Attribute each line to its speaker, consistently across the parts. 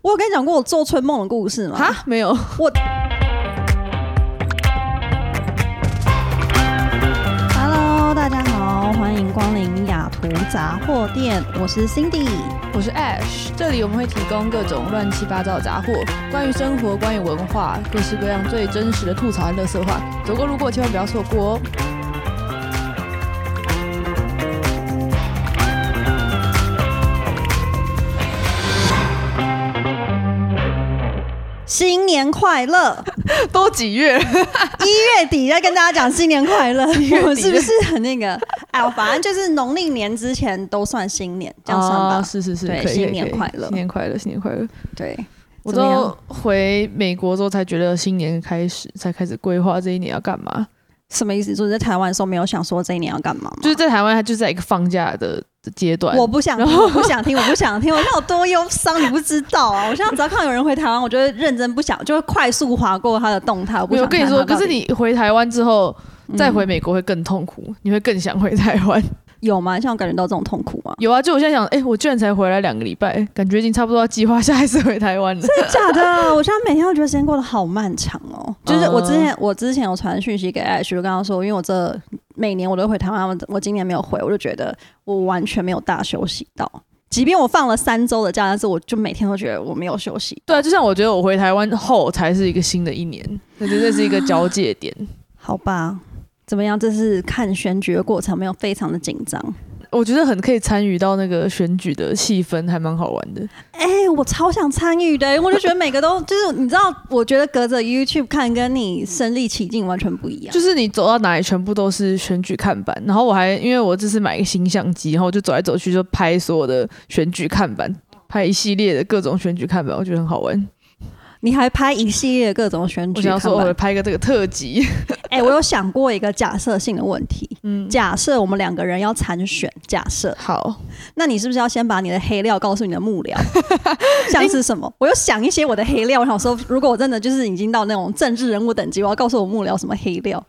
Speaker 1: 我有跟你讲过我做春梦的故事吗？
Speaker 2: 啊，没有，
Speaker 1: ，Hello，大家好，欢迎光临雅图杂货店，我是 Cindy。
Speaker 2: 我是 Ash，这里我们会提供各种乱七八糟的杂货，关于生活，关于文化，各式各样最真实的吐槽和乐色话，走过路过千万不要错过哦。
Speaker 1: 新年快乐！
Speaker 2: 都几月？
Speaker 1: 一月底再跟大家讲新年快乐，
Speaker 2: 月底
Speaker 1: 我们是不是很那个？哎，我反正就是农历年之前都算新年，
Speaker 2: 哦
Speaker 1: 这样算吧。
Speaker 2: 啊是是是，
Speaker 1: 对
Speaker 2: 可以
Speaker 1: 新年
Speaker 2: 可以
Speaker 1: 快乐
Speaker 2: 新年快乐，新年快乐！
Speaker 1: 对，
Speaker 2: 我
Speaker 1: 怎么样
Speaker 2: 都回美国之后才觉得新年开始，才开始规划这一年要干嘛。
Speaker 1: 什么意思？就是在台湾的时候没有想说这一年要干嘛吗？
Speaker 2: 就是在台湾，它就是在一个放假的的阶段。
Speaker 1: 我不想 听，我不想听，我不想听，我现在有多忧伤，你不知道啊！我现在只要看到有人回台湾，我就会认真不想，就会快速划过他的动态。我不
Speaker 2: 没有
Speaker 1: 想
Speaker 2: 我跟你
Speaker 1: 看
Speaker 2: 说，
Speaker 1: 他到
Speaker 2: 可是
Speaker 1: 底
Speaker 2: 你回台湾之后，再
Speaker 1: 嗯
Speaker 2: 回美国会更痛苦，你会更想回台湾。
Speaker 1: 有吗？像我感觉到这种痛苦吗？
Speaker 2: 有啊，就我现在想，哎、我居然才回来两个礼拜，感觉已经差不多要计划下一次回台湾了。
Speaker 1: 假的，我现在每天都觉得时间过得好漫长哦。就是我之前，我之前有传讯息给艾徐，我跟他说，因为我这每年我都会回台湾，我我今年没有回，我就觉得我完全没有大休息到。即便我放了三周的假，但是我就每天都觉得我没有休息，
Speaker 2: 对啊，就像我觉得我回台湾后才是一个新的一年，我觉得这是一个交界点。
Speaker 1: 好吧？怎么样？这是看选举的过程，没有非常的紧张。
Speaker 2: 我觉得很可以参与到那个选举的气氛，还蛮好玩的。
Speaker 1: 哎、我超想参与的，因为我就觉得每个都就是你知道，我觉得隔着 YouTube 看跟你身临其境完全不一样。
Speaker 2: 就是你走到哪里，全部都是选举看板。然后我还因为我这次买一个新相机，然后我就走来走去，就拍所有的选举看板，拍一系列的各种选举看板，我觉得很好玩。
Speaker 1: 你还拍一系列各种选
Speaker 2: 我
Speaker 1: 举
Speaker 2: 想要
Speaker 1: 看
Speaker 2: 说，我
Speaker 1: 板
Speaker 2: 会，拍一个这个特辑。
Speaker 1: 哎、我有想过一个假设性的问题，
Speaker 2: 嗯，
Speaker 1: 假设我们两个人要参选，假设，
Speaker 2: 好，
Speaker 1: 那你是不是要先把你的黑料告诉你的幕 僚，像是什么？我有想一些我的黑料，我想说，如果我真的就是已经到那种政治人物等级，我要告诉我幕僚什么黑料？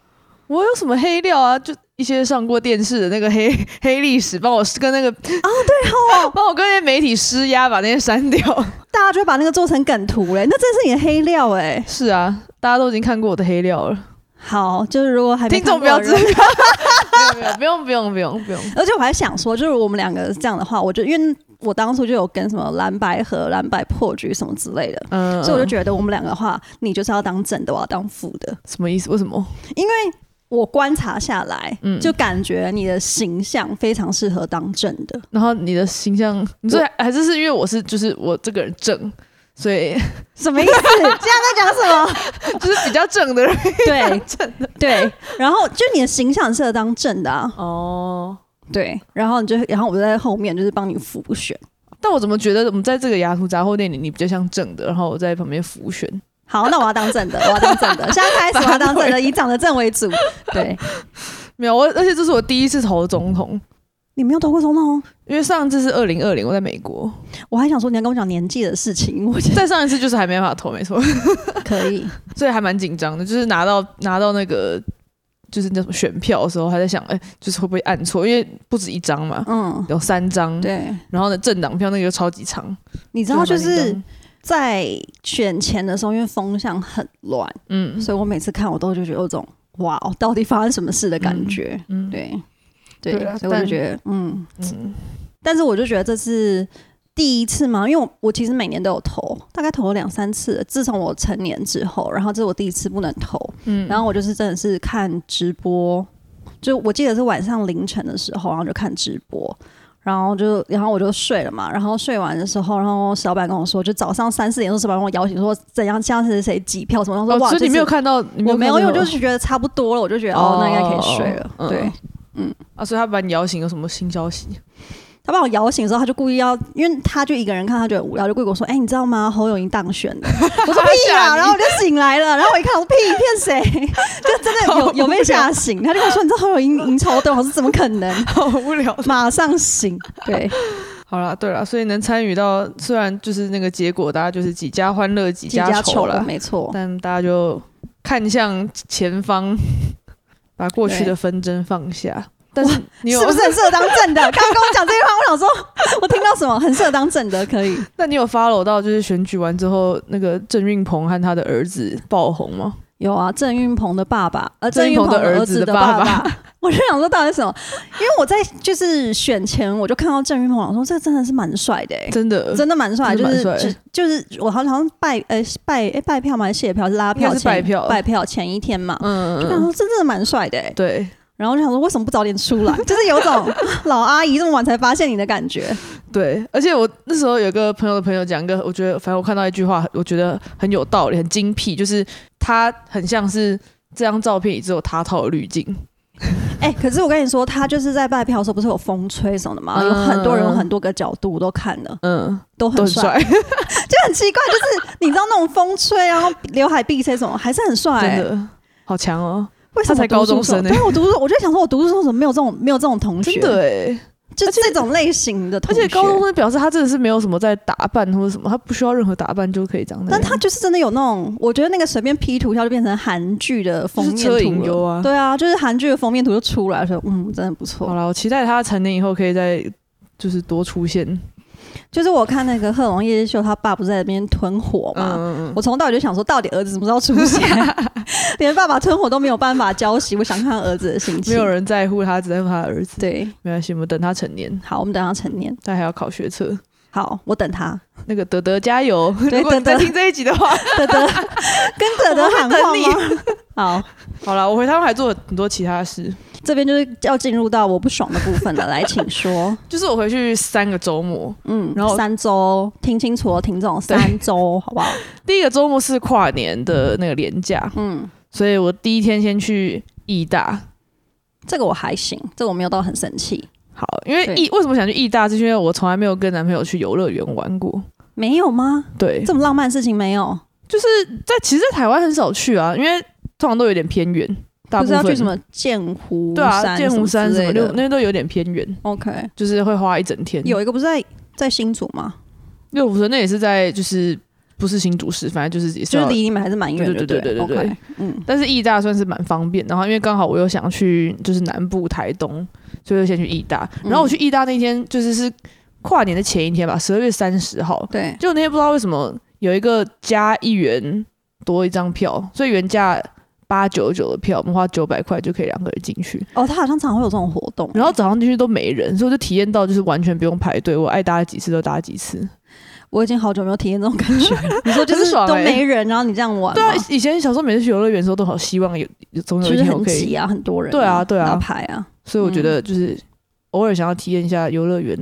Speaker 2: 我有什么黑料啊？就一些上过电视的那个黑 黑历史，帮我跟那个啊、对哦， 帮我跟那些媒体施压，把那些删掉。
Speaker 1: 大家就会把那个做成梗图嘞、哎那真是你的黑料哎、
Speaker 2: 是啊，大家都已经看过我的黑料了，
Speaker 1: 好，就是如果还没
Speaker 2: 听
Speaker 1: 看
Speaker 2: 众不
Speaker 1: 过
Speaker 2: 要
Speaker 1: 的
Speaker 2: 知
Speaker 1: 人
Speaker 2: 道。 没有，不用，不用，不用，不用，不用。
Speaker 1: 而且我还想说，就是我们两个这样的话，我就因为我当初就有跟什么蓝白和蓝白破局什么之类的，
Speaker 2: 嗯，
Speaker 1: 所以我就
Speaker 2: 觉
Speaker 1: 觉得我们两个的话，你就是要当正的，我要当副的。
Speaker 2: 什么意思？为什么？
Speaker 1: 我观察下来，
Speaker 2: 嗯
Speaker 1: 就感觉你的形象非常适合当正的。
Speaker 2: 然后你的形象，你说还是是因为我是就是我这个人正，所以
Speaker 1: 什么意思？ 现在在讲什么？
Speaker 2: 就是比较正的人
Speaker 1: 对，正的对。然后就你的形象很适合当正的啊，
Speaker 2: 哦。
Speaker 1: 对。然后你就，然后我就在后面就是帮你辅选。
Speaker 2: 但我怎么觉得我们在这个雅图杂货店里，你比较像正的，然后我在旁边浮选。
Speaker 1: 好，那我要当正 的，我要当正的。现在开始我要当正的，以长得正为主。 对，
Speaker 2: 没有，我而且这是我第一次投总统，
Speaker 1: 你没有投过总统哦，
Speaker 2: 因为上次是二零二零，我在美国，
Speaker 1: 我还想说你要跟我讲年纪的事情，我觉
Speaker 2: 再上一次就是还没办法投，没错，
Speaker 1: 得可以。
Speaker 2: 所以还蛮紧张的，就是拿到拿到那个就是那什么选票的时候，还在想，哎、就是会不会按错，因为不止一张嘛，
Speaker 1: 嗯，
Speaker 2: 有三张，
Speaker 1: 对，
Speaker 2: 然后呢政党票那个又超级长，
Speaker 1: 你知道就
Speaker 2: 还蛮紧
Speaker 1: 是
Speaker 2: 张
Speaker 1: 在选前的时候，因为风向很乱，
Speaker 2: 嗯
Speaker 1: 所以我每次看我都就觉得有种哇，哦 到底发生什么事的感觉。
Speaker 2: 嗯，
Speaker 1: 对，对，
Speaker 2: 对啊
Speaker 1: 所以我就
Speaker 2: 但
Speaker 1: 觉得，嗯，
Speaker 2: 嗯
Speaker 1: 但是我就觉得这是第一次嘛，因为我我其实每年都有投，大概投了两三次。自从我成年之后，然后这是我第一次不能投，
Speaker 2: 嗯
Speaker 1: 然后我就是真的是看直播，就我记得是晚上凌晨的时候，然后就看直播。然后就，然后我就睡了嘛。然后睡完的时候，然后小板跟我说，就早上三四点钟，小板跟我摇醒说怎样，像是谁挤票什么。然后说、
Speaker 2: 哦，
Speaker 1: 哇，
Speaker 2: 所以
Speaker 1: 这
Speaker 2: 你没
Speaker 1: 次
Speaker 2: 有看到，你
Speaker 1: 我没有，因为
Speaker 2: 看到
Speaker 1: 我就是觉得差不多了，我就觉得哦
Speaker 2: 哦
Speaker 1: 那应该可以睡了。
Speaker 2: 嗯
Speaker 1: 对，
Speaker 2: 啊，所以他把你摇醒有什么新消息？
Speaker 1: 他把我摇醒之后，他就故意要，因为他就一个人看，他觉得无聊，就故意跟我说：“哎、你知道吗？侯友谊当选了。”我说：“屁
Speaker 2: 吓
Speaker 1: 啊！”
Speaker 2: 你
Speaker 1: 然后我就醒来了，然后我一看， 我说：“屁，骗谁？”就真的有有被吓醒。他就跟我说：“你知道侯友谊赢超多？”我说：“怎么可 能
Speaker 2: 好无聊。？”
Speaker 1: 马上醒。对，
Speaker 2: 好啦，对啦，所以能参与到，虽然就是那个结果，大家就是几家欢乐几
Speaker 1: 几家
Speaker 2: 愁
Speaker 1: 丑了，
Speaker 2: 啦，
Speaker 1: 没错。
Speaker 2: 但大家就看向前方，把过去的纷争放下。但是你有
Speaker 1: 是不是很适合当正的？ 刚刚跟我讲这句话，我想说，我听到什么很适合当正的，可以。
Speaker 2: 那你有 follow 到就是选举完之后，那个郑运鹏和他的儿子爆红吗？
Speaker 1: 有啊，郑运鹏的爸爸，呃，
Speaker 2: 郑
Speaker 1: 郑
Speaker 2: 运
Speaker 1: 运
Speaker 2: 鹏
Speaker 1: 鹏
Speaker 2: 的儿
Speaker 1: 儿
Speaker 2: 子
Speaker 1: 子
Speaker 2: 的
Speaker 1: 的
Speaker 2: 爸
Speaker 1: 爸
Speaker 2: 爸
Speaker 1: 爸， 我就想说到底是什么？因为我在就是选前我就看到郑运鹏，我想说这真的是蛮帅的、欸，
Speaker 2: 真的，
Speaker 1: 真的蛮帅，
Speaker 2: 呃真
Speaker 1: 就
Speaker 2: 的蛮
Speaker 1: 是
Speaker 2: 帅
Speaker 1: 只就是我好像拜呃拜诶拜票吗？还是谢票？是拉
Speaker 2: 应
Speaker 1: 票
Speaker 2: 该
Speaker 1: 前
Speaker 2: 是拜票
Speaker 1: 拜票前一天嘛。
Speaker 2: 嗯
Speaker 1: 就
Speaker 2: 嗯
Speaker 1: 想
Speaker 2: 嗯，
Speaker 1: 说这真的蛮帅的、欸，
Speaker 2: 对
Speaker 1: 然后我就想说为什么不早点出来？ 就是有种老阿姨这么晚才发现你的感 觉。
Speaker 2: 对，而且我那时候有个朋友的朋友讲一个，我觉得反正我看到一句话，我觉得很有道理，很精辟，就是他很像是这张照片里只有他套的滤镜，
Speaker 1: 哎、可是我跟你说，他就是在拜票的时候不是有风吹什么的吗？
Speaker 2: 嗯
Speaker 1: 有很多人有很多个角度都看了，
Speaker 2: 嗯，
Speaker 1: 都
Speaker 2: 都
Speaker 1: 很
Speaker 2: 很
Speaker 1: 帅。
Speaker 2: 帅，
Speaker 1: 就很奇怪，就是你知道那种风吹，然后刘海闭塞什么，还是很帅、
Speaker 2: 真
Speaker 1: 欸。
Speaker 2: 的好强哦，
Speaker 1: 为什么
Speaker 2: 他才高中生
Speaker 1: 呢？
Speaker 2: 欸
Speaker 1: 对，我读书，我就想说，我读书时候怎么没有这种没有这种同学？
Speaker 2: 真的哎。
Speaker 1: 就这种类型的
Speaker 2: 而
Speaker 1: 同学。
Speaker 2: 且高中生表示他真的是没有什么在打扮或者什么，他不需要任何打扮就可以长那
Speaker 1: 但
Speaker 2: 样。
Speaker 1: 他就是真的有那种，我觉得那个随便 P 图一下就变成韩剧的封
Speaker 2: 就是
Speaker 1: 面
Speaker 2: 车银
Speaker 1: 图
Speaker 2: 优
Speaker 1: 了。
Speaker 2: 啊。
Speaker 1: 对啊，就是韩剧的封面图就出来了，说嗯，真的不
Speaker 2: 好
Speaker 1: 错。
Speaker 2: 了，我期待他成年以后可以再就是多出现。
Speaker 1: 就是我看那个贺龙夜夜秀，他爸不是在那边吞火嘛。
Speaker 2: 嗯嗯
Speaker 1: 我从头到尾就想说，到底儿子什么时候出现？ 连爸爸吞火都没有办法交集，我想看儿子的心情。
Speaker 2: 没有人在乎他，只在乎他的儿子。
Speaker 1: 对，
Speaker 2: 没关系，我们等他成年，
Speaker 1: 好，我们等他成年。
Speaker 2: 他还要考学测。
Speaker 1: 好，我等他。
Speaker 2: 那个德德加油！
Speaker 1: 对
Speaker 2: 如果你在
Speaker 1: 德德
Speaker 2: 听这一集的话，
Speaker 1: 德德跟德德喊话吗？ 好，
Speaker 2: 好了，我回他们还做了很多其他事。
Speaker 1: 这边就是要进入到我不爽的部分了，来，请说。
Speaker 2: 就是我回去三个周末，
Speaker 1: 嗯，
Speaker 2: 然后
Speaker 1: 三周，听清楚哦，听众，
Speaker 2: 对
Speaker 1: 三 周，好不好？
Speaker 2: 第一个周末是跨年的那个连假，
Speaker 1: 嗯，
Speaker 2: 所以我第一天先去义大，
Speaker 1: 这个我还行，这个我没有到很生气，
Speaker 2: 好，因为
Speaker 1: 对
Speaker 2: 义为什么想去义大，是因为我从来没有跟男朋友去游乐园玩过。
Speaker 1: 没有吗？
Speaker 2: 对，
Speaker 1: 这么浪漫的事情没有？
Speaker 2: 就是在其实，在台湾很少去啊，因为通常都有点偏远，大
Speaker 1: 不
Speaker 2: 部
Speaker 1: 是
Speaker 2: 分
Speaker 1: 要去什么剑湖
Speaker 2: 对啊，
Speaker 1: 山、
Speaker 2: 剑湖山
Speaker 1: 什
Speaker 2: 什
Speaker 1: 么嗯之
Speaker 2: 么六
Speaker 1: 类的
Speaker 2: 那都有点偏远，
Speaker 1: ？OK，
Speaker 2: 就是会花一整天。
Speaker 1: 有一个不是在在新竹吗？
Speaker 2: 六福村那也是在就是不是新竹市，反正就是也是
Speaker 1: 就
Speaker 2: 要
Speaker 1: 是离你们还是蛮远的，
Speaker 2: 对对对对
Speaker 1: 不
Speaker 2: 对对
Speaker 1: OK，嗯，
Speaker 2: 但是义大算是蛮方便，然后因为刚好我又想去就是南部台东，所以就先去义大。
Speaker 1: 嗯
Speaker 2: 然后我去义大那天就是是跨年的前一天吧，十二月三十号，
Speaker 1: 对，
Speaker 2: 就那天不知道为什么有一个加一元多一张票，所以原价八九九的票，我们花九百块就可以两个人进去。
Speaker 1: 哦，他好像常会有这种活动，
Speaker 2: 然后早上进去都没人，所以我就体验到就是完全不用排队，我爱搭几次就搭几次。
Speaker 1: 我已经好久没有体验这种感觉了。 你说就
Speaker 2: 很
Speaker 1: 是
Speaker 2: 爽欸
Speaker 1: 都没人，然后你这样玩
Speaker 2: 对啊
Speaker 1: 吗，，
Speaker 2: 以前小时候每次去游乐园的时候都好希望有有总有
Speaker 1: 就
Speaker 2: 一
Speaker 1: 是
Speaker 2: 天我
Speaker 1: 很
Speaker 2: 可以，
Speaker 1: 挤啊，很多人，
Speaker 2: 对啊对啊
Speaker 1: 然后排啊，
Speaker 2: 嗯所以我觉得就是偶尔想要体验一下游乐园，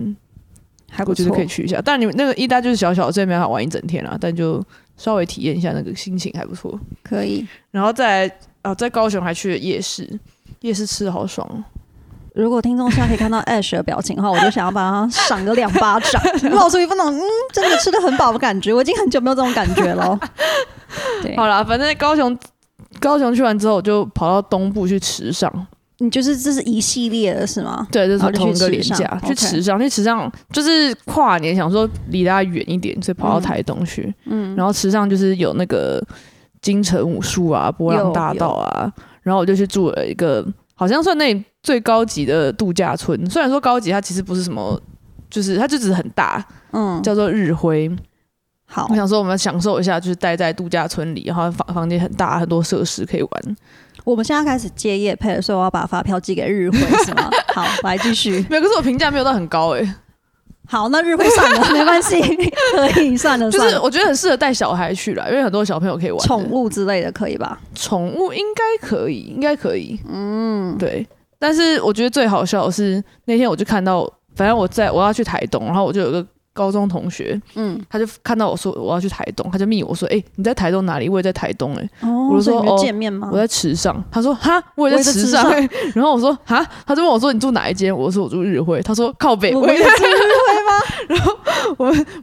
Speaker 1: 还不
Speaker 2: 我觉
Speaker 1: 错
Speaker 2: 得。可以去一下。但你们那个一搭就是小小的，所以没办法玩一整天啦，但就稍微体验一下那个心情还不错。
Speaker 1: 可以。
Speaker 2: 然后再来啊，在高雄还去了夜市，夜市吃的好爽哦。
Speaker 1: 如果听众现在可以看到 Ash 的表情的话，我就想要把他赏个两巴 掌，露出一副那种嗯，真的吃的很饱的感觉。我已经很久没有这种感觉 了。对，
Speaker 2: 好啦，反正高雄高雄去完之后，我就跑到东部去池上，
Speaker 1: 你就是这是一系列的是吗？
Speaker 2: 对，就是
Speaker 1: 哦就
Speaker 2: 同一个
Speaker 1: 去
Speaker 2: 廉
Speaker 1: 池上
Speaker 2: 价去
Speaker 1: OK
Speaker 2: 池上，去池上就是跨年，想说离大家远一点，所以跑到
Speaker 1: 嗯
Speaker 2: 台东去。嗯，然后池上就是有那个金城武术啊、波浪
Speaker 1: 有
Speaker 2: 大道啊，然后我就去住了一个好像算那里最高级的度假村，虽然说高级，它其实不是什么。就是它就只是很大，
Speaker 1: 嗯，哦
Speaker 2: 叫做日辉。
Speaker 1: 好
Speaker 2: 我，想说，我们要享受一下，就是待在度假村里，然后房房间很大，很多设施可以玩。
Speaker 1: 我们现在开始接夜配了，所以我要把发票寄给日辉是 吗？好，来继续。
Speaker 2: 没有，可是我评价没有到很高哎、
Speaker 1: 好，那日辉算了，没 关系，可以算了，
Speaker 2: 就
Speaker 1: 算
Speaker 2: 是
Speaker 1: 了。
Speaker 2: 我觉得很适合带小孩去啦，因为很多小朋友可以玩的。
Speaker 1: 宠物之类的可以吧？
Speaker 2: 宠物应该可以，应该可以。嗯，对。但是我觉得最好笑的是那天我就看到，反正我在我要去台东，然后我就有个高中同学，
Speaker 1: 嗯，
Speaker 2: 他就看到我说我要去台东，他就密我说：“哎、你在台东哪里？我也在台东、欸，
Speaker 1: 哦
Speaker 2: 我就
Speaker 1: 所以
Speaker 2: 说
Speaker 1: 你们
Speaker 2: 哦
Speaker 1: 见面吗？
Speaker 2: 我在池上。”他说：“哈，我也在池上。
Speaker 1: 嗯
Speaker 2: 欸
Speaker 1: 我也
Speaker 2: 然后我说：“哈。”他就问我说：“你住哪一间？”我说：“我住日晖。”他说：“靠北。”
Speaker 1: 我
Speaker 2: 我
Speaker 1: 们
Speaker 2: 也
Speaker 1: 也
Speaker 2: 在
Speaker 1: 是日辉吗？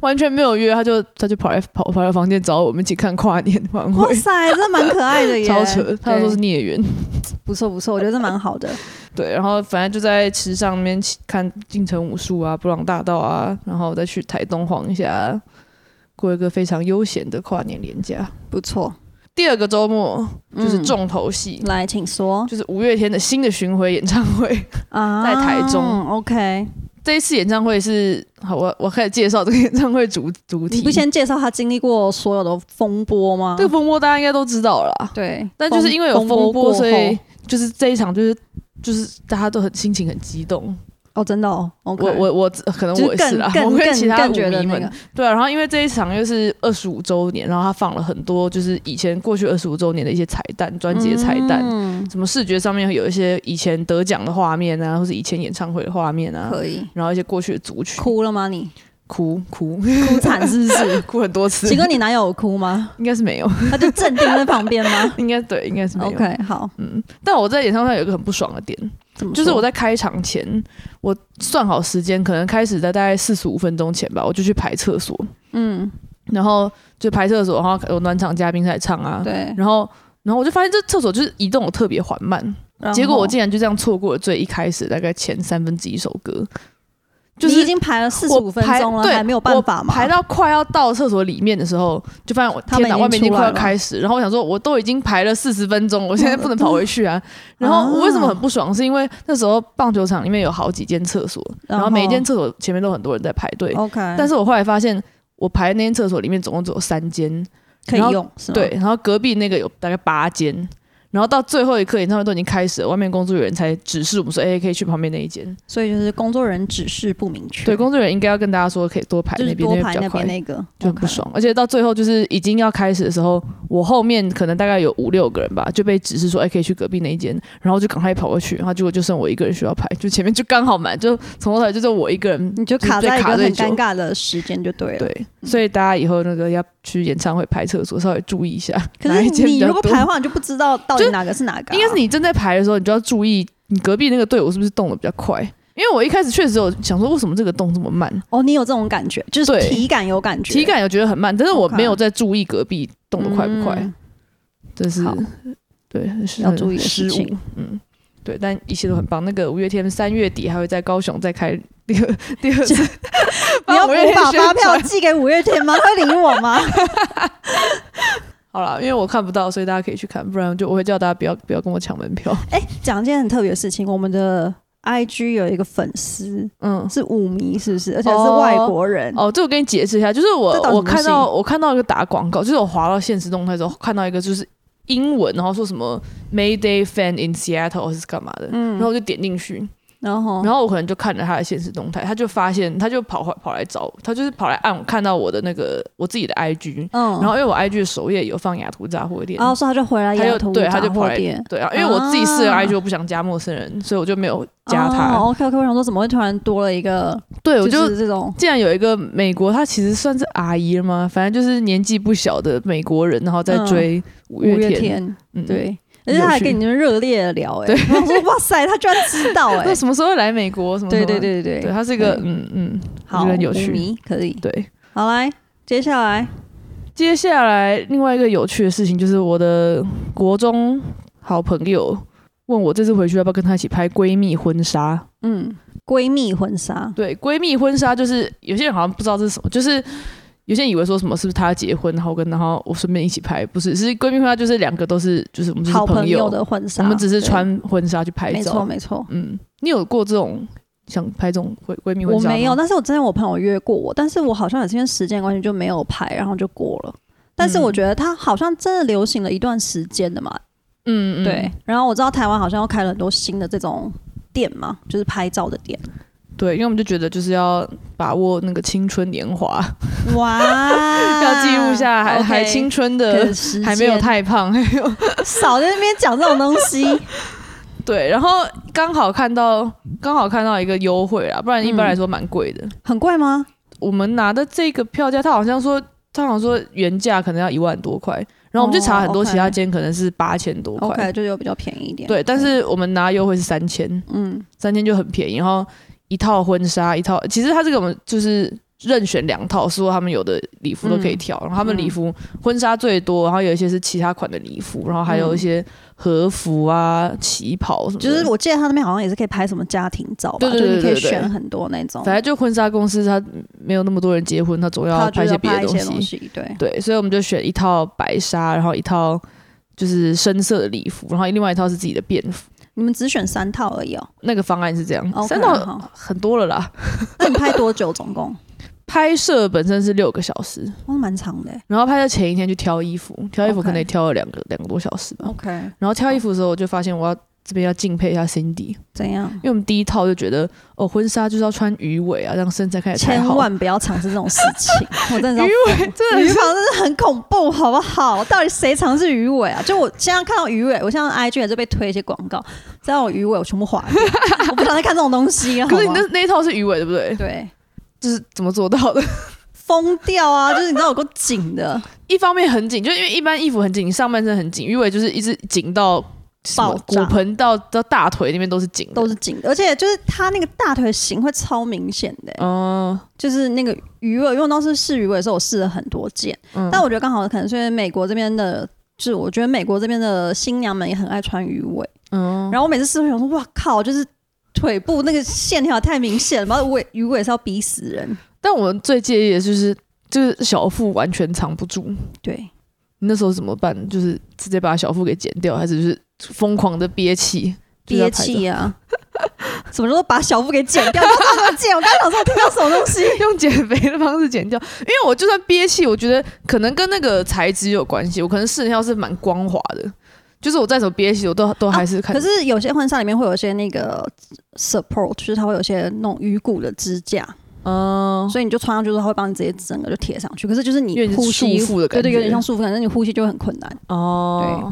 Speaker 2: 完全没有约，他就他就跑来跑跑来房间找我们一起看跨年晚
Speaker 1: 哇
Speaker 2: 会，
Speaker 1: 塞，这蛮可爱的耶，
Speaker 2: 超扯。他就说是孽缘。
Speaker 1: 不错不错，我觉得这蛮好的。
Speaker 2: 对，然后反正就在池上那边骑看京城武术啊、布朗大道啊，然后再去台东晃一下，过一个非常悠闲的跨年连假。
Speaker 1: 不错。
Speaker 2: 第二个周末就是
Speaker 1: 嗯
Speaker 2: 重头戏，
Speaker 1: 来，请说
Speaker 2: 就是五月天的新的巡回演唱会。
Speaker 1: 啊，
Speaker 2: 在台中
Speaker 1: ，OK，
Speaker 2: 这一次演唱会是好，我我开始介绍这个演唱会主主
Speaker 1: 你
Speaker 2: 题。
Speaker 1: 不先介绍他经历过所有的风波吗？
Speaker 2: 这个风波大家应该都知道了啦，
Speaker 1: 对，
Speaker 2: 但就是因为有
Speaker 1: 风
Speaker 2: 风
Speaker 1: 过
Speaker 2: 波，
Speaker 1: 后
Speaker 2: 所以就是这一场就是就是大家都很心情很激动。
Speaker 1: 哦，真的哦，OK，
Speaker 2: 我我我可能
Speaker 1: 就
Speaker 2: 我
Speaker 1: 是
Speaker 2: 也是啦
Speaker 1: 更，
Speaker 2: 我
Speaker 1: 更
Speaker 2: 跟其
Speaker 1: 更
Speaker 2: 他
Speaker 1: 更
Speaker 2: 舞
Speaker 1: 觉得
Speaker 2: 迷
Speaker 1: 那
Speaker 2: 们
Speaker 1: 个，
Speaker 2: 对啊，然后因为这一场又是二十五周年，然后他放了很多就是以前过去二十五周年的一些彩蛋，专辑的彩蛋，
Speaker 1: 嗯，
Speaker 2: 什么视觉上面有一些以前得奖的画面啊，或是以前演唱会的画面啊，
Speaker 1: 可以。
Speaker 2: 然后一些过去的组曲，
Speaker 1: 哭了吗 你？
Speaker 2: 哭哭
Speaker 1: 哭惨是不是？
Speaker 2: 哭很多次
Speaker 1: 奇，哥，你男友有哭吗？
Speaker 2: 应该是没有，
Speaker 1: 他就镇定在旁边吗
Speaker 2: 应该对，应该 是没有。
Speaker 1: ？OK，好，
Speaker 2: 嗯，但我在演唱会有一个很不爽的点，
Speaker 1: 怎么
Speaker 2: 就是
Speaker 1: 说
Speaker 2: 我在开场前，我算好时间，可能开始在大概四十五分钟前吧，我就去排厕所，
Speaker 1: 嗯，
Speaker 2: 然后就排厕所，然后有暖场嘉宾在唱啊，
Speaker 1: 对，
Speaker 2: 然后然后我就发现这厕所就是移动有特别缓慢，
Speaker 1: 然后
Speaker 2: 结果我竟然就这样错过了最一开始大概前三分之一首歌，就
Speaker 1: 你
Speaker 2: 是
Speaker 1: 已经排了四十
Speaker 2: 我
Speaker 1: 五分
Speaker 2: 排
Speaker 1: 钟了，
Speaker 2: 对
Speaker 1: 还没有办法
Speaker 2: 我
Speaker 1: 嘛？
Speaker 2: 排到快要到厕所里面的时候，就发现我
Speaker 1: 他们
Speaker 2: 天哪，
Speaker 1: 已经
Speaker 2: 外面已经
Speaker 1: 出来
Speaker 2: 快要
Speaker 1: 了
Speaker 2: 开始，然后我想说我都已经排了四十分钟，我 现在不能跑回去啊。然后我为什么很不爽，是因为那时候棒球场里面有好几间厕所，然后每一间厕所前面都很多人在排队，
Speaker 1: OK，
Speaker 2: 但是我后来发现。我排的那间厕所里面总共只有三间，
Speaker 1: 可以
Speaker 2: 然后
Speaker 1: 用是吗？
Speaker 2: 对，，然后隔壁那个有大概八间，然后到最后一刻演唱会都已经开始了，外面工作人员才指示我们说，哎、可以去旁边那一间。
Speaker 1: 所以就是工作人员指示不明确，
Speaker 2: 对，工作人员应该要跟大家说，可以多排
Speaker 1: 就
Speaker 2: 那
Speaker 1: 是
Speaker 2: 边，
Speaker 1: 多
Speaker 2: 那
Speaker 1: 排
Speaker 2: 边比
Speaker 1: 那
Speaker 2: 较快
Speaker 1: 边，那个
Speaker 2: 就很不。爽。而且到最后就是已经要开始的时候，我后面可能大概有五六个人吧，就被指示说，哎、可以去隔壁那一间，然后就赶快跑过去，然后结果就剩我一个人需要排，就前面就刚好满，就从头到尾就剩我一个人
Speaker 1: OK，你就
Speaker 2: 就是
Speaker 1: 卡
Speaker 2: 被
Speaker 1: 在一个
Speaker 2: 卡最
Speaker 1: 很
Speaker 2: 久
Speaker 1: 尴尬嗯的时间就对了。
Speaker 2: 对，所以大家以后那个要去演唱会排厕所，稍微注意一下。
Speaker 1: 可
Speaker 2: 哪一
Speaker 1: 是
Speaker 2: 间
Speaker 1: 你
Speaker 2: 比较
Speaker 1: 如果
Speaker 2: 多
Speaker 1: 排的话，你就不知道到底哪个是哪个啊、
Speaker 2: 应该是你正在排的时候，你就要注意你隔壁那个队伍是不是动的比较快。因为我一开始确实有想说，为什么这个动这么慢？
Speaker 1: 哦，你有这种感觉，就是
Speaker 2: 对
Speaker 1: 体感有感觉，
Speaker 2: 体感有觉得很慢，但是我
Speaker 1: OK
Speaker 2: 没有在注意隔壁动的快不快，
Speaker 1: 嗯
Speaker 2: 这是
Speaker 1: 好
Speaker 2: 对是
Speaker 1: 要注意的
Speaker 2: 失
Speaker 1: 事情
Speaker 2: 误，嗯，对，但一切都很棒。那个五月天三月底还会在高雄再开第二第二次，
Speaker 1: 你要
Speaker 2: 帮五月
Speaker 1: 我
Speaker 2: 天
Speaker 1: 把
Speaker 2: 宣
Speaker 1: 发票
Speaker 2: 传
Speaker 1: 寄给五月天吗？ 会理我吗？
Speaker 2: 好了，因为我看不到，所以大家可以去看，不然就我会叫大家不要不要跟我抢门票。
Speaker 1: 哎、讲一件很特别的事情，我们的 IG 有一个粉丝
Speaker 2: 嗯，
Speaker 1: 是舞迷，是不是？而且是外国人，
Speaker 2: 哦，这我跟你解释一下，就是我
Speaker 1: 这到底
Speaker 2: 我
Speaker 1: 怎么
Speaker 2: 看
Speaker 1: 行
Speaker 2: 到我看到一个打广告，就是我滑到现实动态之后看到一个就是英文，然后说什么 Mayday fan in Seattle 还是干嘛的，
Speaker 1: 嗯
Speaker 2: 然后我就点进去，
Speaker 1: 然后
Speaker 2: 然后我可能就看了他的现实动态，他就发现他就跑回跑来找我，他就是跑来按我看到我的那个我自己的 IG，
Speaker 1: 嗯，
Speaker 2: 然后因为我 IG 的首页有放雅图杂货店
Speaker 1: 然。后说他就回来
Speaker 2: 他
Speaker 1: 雅
Speaker 2: 就
Speaker 1: 图
Speaker 2: 对，他
Speaker 1: 杂
Speaker 2: 就跑
Speaker 1: 货
Speaker 2: 来
Speaker 1: 店。
Speaker 2: 对啊，因为我自己私人
Speaker 1: 啊
Speaker 2: IG 我不想加陌生人，所以我就没有加他。
Speaker 1: 哦、OK OK，我想说怎么会突然多了一个，
Speaker 2: 对，我就是
Speaker 1: 这种
Speaker 2: 竟然有一个美国，她其实算是阿姨了吗？反正就是年纪不小的美国人，然后在追
Speaker 1: 嗯五
Speaker 2: 五月
Speaker 1: 月
Speaker 2: 天。
Speaker 1: 天，
Speaker 2: 嗯，
Speaker 1: 对，而
Speaker 2: 有
Speaker 1: 且
Speaker 2: 趣
Speaker 1: 他还跟你们热烈的聊、哎，
Speaker 2: 对
Speaker 1: 我想说哇塞，他居然知 道、
Speaker 2: 那
Speaker 1: 哎，
Speaker 2: 什么时候会来美国？什么什
Speaker 1: 对
Speaker 2: 么？
Speaker 1: 对对对
Speaker 2: 对，她是一个嗯嗯，我
Speaker 1: 好，
Speaker 2: 觉得很有
Speaker 1: 舞
Speaker 2: 趣
Speaker 1: 迷可以，
Speaker 2: 对。
Speaker 1: 好来，接下来
Speaker 2: 接下来另外一个有趣的事情就是，我的国中好朋友问我这次回去要不要跟她一起拍闺蜜婚纱。
Speaker 1: 嗯，闺蜜婚纱，
Speaker 2: 对，闺蜜婚纱就是有些人好像不知道这是什么，就是有些人以为说什么是不是她结婚，然后跟然后我顺便一起拍，不是，是闺蜜婚纱就是两个都是就是我们就是
Speaker 1: 好朋
Speaker 2: 友
Speaker 1: 友的婚纱，
Speaker 2: 我们只是
Speaker 1: 对，
Speaker 2: 穿婚纱去拍
Speaker 1: 没错
Speaker 2: 照。
Speaker 1: 没错。
Speaker 2: 嗯，你有过这种想拍这种闺闺蜜婚
Speaker 1: 我
Speaker 2: 纱吗
Speaker 1: 没有，，但是我之前我朋友约过我，但是我好像也是因为时间关系就没有拍，然后就过了。但
Speaker 2: 嗯
Speaker 1: 是我觉得它好像真的流行了一段时间的嘛，
Speaker 2: 嗯嗯，
Speaker 1: 对。然后我知道台湾好像又开了很多新的这种店嘛，就是拍照的 店。
Speaker 2: 对，因为我们就觉得就是要把握那个青春年华，，
Speaker 1: 啊哇
Speaker 2: 要记录下还还青春的，
Speaker 1: 春
Speaker 2: 还没有太胖， 还有
Speaker 1: 少在那边讲这种东西。
Speaker 2: 对，然后刚好看到刚好看到一个优惠啦，不然一般来说蛮贵的。
Speaker 1: 很贵吗？
Speaker 2: 我们拿的这个票价，他好像说他好像说原价可能要一万多块，然后我们就查很多
Speaker 1: 哦
Speaker 2: 其他
Speaker 1: ，OK
Speaker 2: 间可能是八千多块
Speaker 1: OK，就有比较便宜一点。
Speaker 2: 对，但是我们拿优惠是三千，
Speaker 1: 嗯，
Speaker 2: 三千就很便宜，然后一套婚纱一套，其实它这个我们就是任选两套，说他们有的礼服都可以挑，
Speaker 1: 嗯
Speaker 2: 然后他们礼服婚纱最多，然后有一些是其他款的礼服，然后还有一些和服啊、旗袍什么的，
Speaker 1: 就是我记得他那边好像也是可以拍什么家庭照吧，
Speaker 2: 对对对
Speaker 1: 就是你可
Speaker 2: 对
Speaker 1: 以
Speaker 2: 对
Speaker 1: 选很多那种，
Speaker 2: 反正就婚纱公司，他没有那么多人结婚，他总要
Speaker 1: 他
Speaker 2: 拍
Speaker 1: 就
Speaker 2: 一
Speaker 1: 是
Speaker 2: 些
Speaker 1: 要
Speaker 2: 别的
Speaker 1: 拍一
Speaker 2: 东
Speaker 1: 些
Speaker 2: 西。
Speaker 1: 东西，对，
Speaker 2: 对，所以我们就选一套白纱，然后一套就是深色的礼服，然后另外一套是自己的便服。
Speaker 1: 你们只选三套而已哦。
Speaker 2: 那个方案是这样
Speaker 1: OK，
Speaker 2: 嗯三套
Speaker 1: 好，
Speaker 2: 很多了啦。
Speaker 1: 那你拍多久总共？
Speaker 2: 拍摄本身是六个小时，
Speaker 1: 哦，蛮长的欸。
Speaker 2: 然后拍摄前一天去挑衣服，挑衣服
Speaker 1: OK 哦
Speaker 2: 可能也挑了两个两个多小时吧。
Speaker 1: OK，
Speaker 2: 然后挑衣服的时候，我就发现我要这边要敬佩一下 Cindy，
Speaker 1: 怎样
Speaker 2: 因？为我们第一套就觉得哦，婚纱就是要穿鱼尾啊，让身材看起来才
Speaker 1: 千
Speaker 2: 好。
Speaker 1: 万不要尝试这种事 情，我真的是
Speaker 2: 鱼
Speaker 1: 要
Speaker 2: 尾真的
Speaker 1: 鱼尾真的很恐怖，好不好？到底谁尝试鱼尾啊？就我现在看到鱼尾，我现在 IG 也是被推一些广告，只要有鱼尾，我全部划掉， 我不想啊再看这种东西了。
Speaker 2: 可是你
Speaker 1: 好
Speaker 2: 那
Speaker 1: 吗
Speaker 2: 那一套是鱼尾对不对？
Speaker 1: 对
Speaker 2: 就是怎么做到的？
Speaker 1: 疯掉啊！就是你知道有够紧的，
Speaker 2: 一方面很紧，就因为一般衣服很紧，你上半身很紧，鱼尾就是一直紧到什么
Speaker 1: 爆
Speaker 2: 骨
Speaker 1: 炸
Speaker 2: 盆到到大腿那边都是紧的，
Speaker 1: 都是紧的，而且就是它那个大腿型会超明显的、
Speaker 2: 嗯
Speaker 1: 就是那个鱼尾，因为我当时试鱼尾的时候，我试了很多件，
Speaker 2: 嗯
Speaker 1: 但我觉得刚好可能是因为美国这边的，就是我觉得美国这边的新娘们也很爱穿鱼尾，
Speaker 2: 嗯，
Speaker 1: 然后我每次试会想说，哇靠，就是腿部那个线条太明显了吧，尾鱼尾是要逼死人，
Speaker 2: 但我们最介意的就是就是小腹完全藏不住，
Speaker 1: 对，
Speaker 2: 你那时候怎么办？就是直接把小腹给剪掉，还是就是疯狂的憋 气？就是要
Speaker 1: 憋
Speaker 2: 拍
Speaker 1: 气啊， 什么时候把小腹给剪掉？不 知道怎么剪，我刚刚想说我听到什么东 西，
Speaker 2: 用减肥的方式减掉，因为我就算憋气，我觉得可能跟那个材质有关系。我可能试那套是蛮光滑的，就是我再怎么憋气，我都都还是看。
Speaker 1: 可是有些婚纱里面会有一些那个 support，就是它会有一些那种鱼骨的支架，
Speaker 2: 嗯，
Speaker 1: 所以你就穿上去之后，它会帮你直接整个就贴上去。可是就是
Speaker 2: 因
Speaker 1: 你
Speaker 2: 为你是
Speaker 1: 呼吸
Speaker 2: 束缚的感
Speaker 1: 对
Speaker 2: 觉
Speaker 1: 对，有点像束缚感，但你呼吸就会很困难。
Speaker 2: 哦，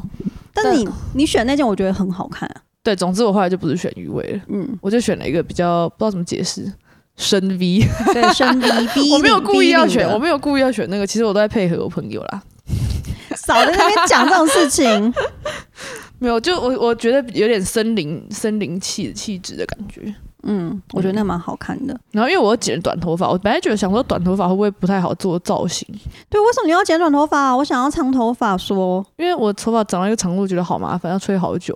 Speaker 1: 但
Speaker 2: 但
Speaker 1: 是你你选那件，我觉得很好看、啊，
Speaker 2: 对，总之我后来就不是选鱼尾了，，
Speaker 1: 嗯
Speaker 2: 我就选了一个比较不知道怎么解释深 V。
Speaker 1: 对，深 V B，
Speaker 2: 我没有故意要选，我没有故意要选那个，其实我都在配合我朋友啦。
Speaker 1: 少在那边讲这种事情。
Speaker 2: 没有，就我我觉得有点森林森林气气质的感觉。
Speaker 1: 嗯，我觉得那蛮好看的。
Speaker 2: 然后因为我又剪了短头发，我本来觉得想说短头发会不会不太好做造型，
Speaker 1: 对，为什么你要剪短头发、啊我想要长头发，说，
Speaker 2: 因为我头发长到一个长度，觉得好麻烦，要吹好久。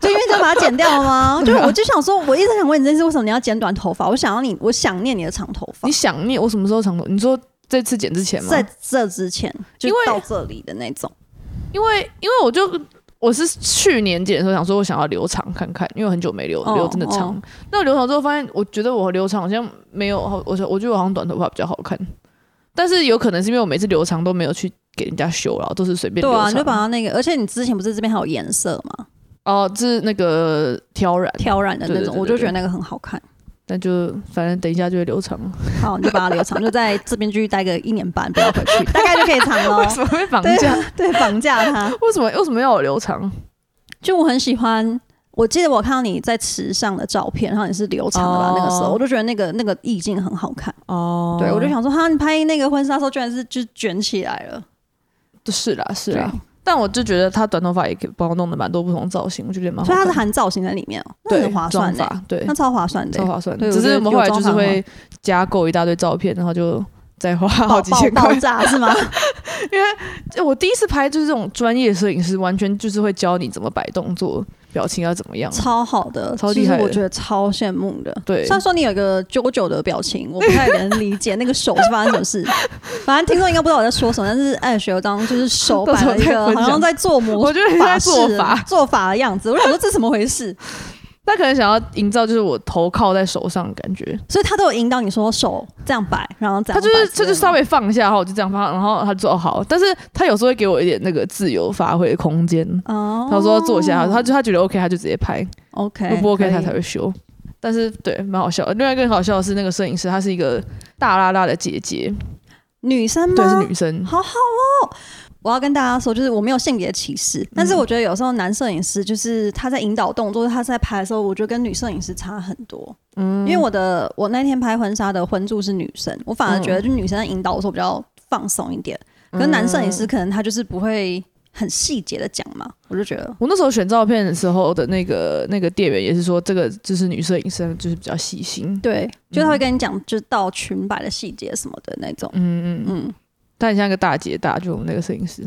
Speaker 1: 就因为这样把它剪掉了 吗？就
Speaker 2: 对啊
Speaker 1: 我就想说，我一直想问你这件事，为什么你要剪短头发？我想要你，我想念你的长头发
Speaker 2: 你。想念我什么时候长头？你说这次剪之前吗？
Speaker 1: 在这之前，就
Speaker 2: 因为
Speaker 1: 到这里的那种。
Speaker 2: 因为因为我就我是去年剪的时候想说，我想要留长看看，因为我很久没留
Speaker 1: 哦
Speaker 2: 留真的长。
Speaker 1: 哦
Speaker 2: 那我留长之后发现，我觉得我留长好像没有，我我觉得我好像短头发比较好看。但是有可能是因为我每次留长都没有去给人家修了，都是随便
Speaker 1: 对
Speaker 2: 留
Speaker 1: 啊，
Speaker 2: 长。
Speaker 1: 你就把它那个，而且你之前不是这边还有颜色吗？
Speaker 2: 哦，这是那个挑染，
Speaker 1: 挑染的那
Speaker 2: 对对
Speaker 1: 种，
Speaker 2: 对
Speaker 1: 我就
Speaker 2: 对
Speaker 1: 觉得那个很好看。
Speaker 2: 那就反正等一下就会留 长了。
Speaker 1: 好，你就把它留长，就在这边继续待个一年半，不要回 去，大概就可以长
Speaker 2: 为
Speaker 1: 了。
Speaker 2: 什么会绑
Speaker 1: 对
Speaker 2: 架？
Speaker 1: 对，绑架它。
Speaker 2: 啊为什么为什么要我留长？
Speaker 1: 就我很喜欢，我记得我看到你在池上的照片，然后你是留长的吧
Speaker 2: 哦
Speaker 1: 那个时候我就觉得那个那个意境很好看。
Speaker 2: 哦
Speaker 1: 对，我就想说，哈，你拍那个婚纱的时候，居然是就卷起来了。
Speaker 2: 是啦是
Speaker 1: 对啊
Speaker 2: 啦，，但我就觉得他短头发也可以帮我弄的蛮多不同造型，我觉得也蛮好
Speaker 1: 所以
Speaker 2: 看
Speaker 1: 它
Speaker 2: 的。
Speaker 1: 是含造型在里面哦，那
Speaker 2: 对
Speaker 1: 很划算
Speaker 2: 妆
Speaker 1: 的，
Speaker 2: 发对
Speaker 1: 那超划算的
Speaker 2: 超
Speaker 1: 欸。
Speaker 2: 划算的。
Speaker 1: 对
Speaker 2: 只
Speaker 1: 我觉
Speaker 2: 是
Speaker 1: 得
Speaker 2: 我们后
Speaker 1: 有
Speaker 2: 来就
Speaker 1: 妆
Speaker 2: 是
Speaker 1: 发
Speaker 2: 会加购一大堆照片，然后就再花好
Speaker 1: 爆
Speaker 2: 几千
Speaker 1: 爆爆
Speaker 2: 块。
Speaker 1: 炸是吗？
Speaker 2: 就我第一次拍就是这种专业摄影师，完全就是会教你怎么摆动作、表情要怎么样。
Speaker 1: 超好的，
Speaker 2: 超
Speaker 1: 其
Speaker 2: 厉
Speaker 1: 实
Speaker 2: 害的
Speaker 1: 我觉得超羡慕的。
Speaker 2: 对
Speaker 1: 虽然说你有一个啾啾的表情，我不太能理解那个手是发生什么事。 反正听众应该不知道我在说什么，但是艾雪当就是手摆了一
Speaker 2: 到时候再
Speaker 1: 个
Speaker 2: 分享
Speaker 1: 好像在做魔，
Speaker 2: 我觉得你在做法
Speaker 1: 做法的样子。我想说这怎么回事？
Speaker 2: 他可能想要营造就是我头靠在手上的感觉，
Speaker 1: 所以他都有引导你说手这样摆，然后这
Speaker 2: 他
Speaker 1: 样摆之
Speaker 2: 就
Speaker 1: 类的
Speaker 2: 是
Speaker 1: 吗。
Speaker 2: 他就稍微放一下，然后我就这样放，然后他就说哦好，但是他有时候会给我一点那个自由发挥的空间。
Speaker 1: 哦，
Speaker 2: 他说坐下，他就他觉得 OK，他就直接拍。
Speaker 1: OK
Speaker 2: 如果不 OK
Speaker 1: 可以
Speaker 2: 他才会修。但是对，蛮好笑的。另外一个很好笑的是，那个摄影师她是一个大拉拉的姐姐，
Speaker 1: 女生吗？
Speaker 2: 对，是女生。
Speaker 1: 好好哦。我要跟大家说，就是我没有性别歧视，但
Speaker 2: 嗯
Speaker 1: 是我觉得有时候男摄影师就是他在引导动作，他是在拍的时候，我觉得跟女摄影师差很多。嗯，因为我的我那天拍婚纱的婚助是女生，我
Speaker 2: 嗯嗯
Speaker 1: 反而觉得就女生在引导的时候比较放松一点，可是男摄影师可能他就是不会。很细节的讲嘛，我就觉得
Speaker 2: 我那时候选照片的时候的那个那个店员也是说，这个就是女摄影师就是比较细心。
Speaker 1: 对，就他会跟你讲，就是到裙摆的细节什么的那种。
Speaker 2: 嗯嗯嗯。
Speaker 1: 嗯，
Speaker 2: 但很像个大姐大，就我们那个摄影师，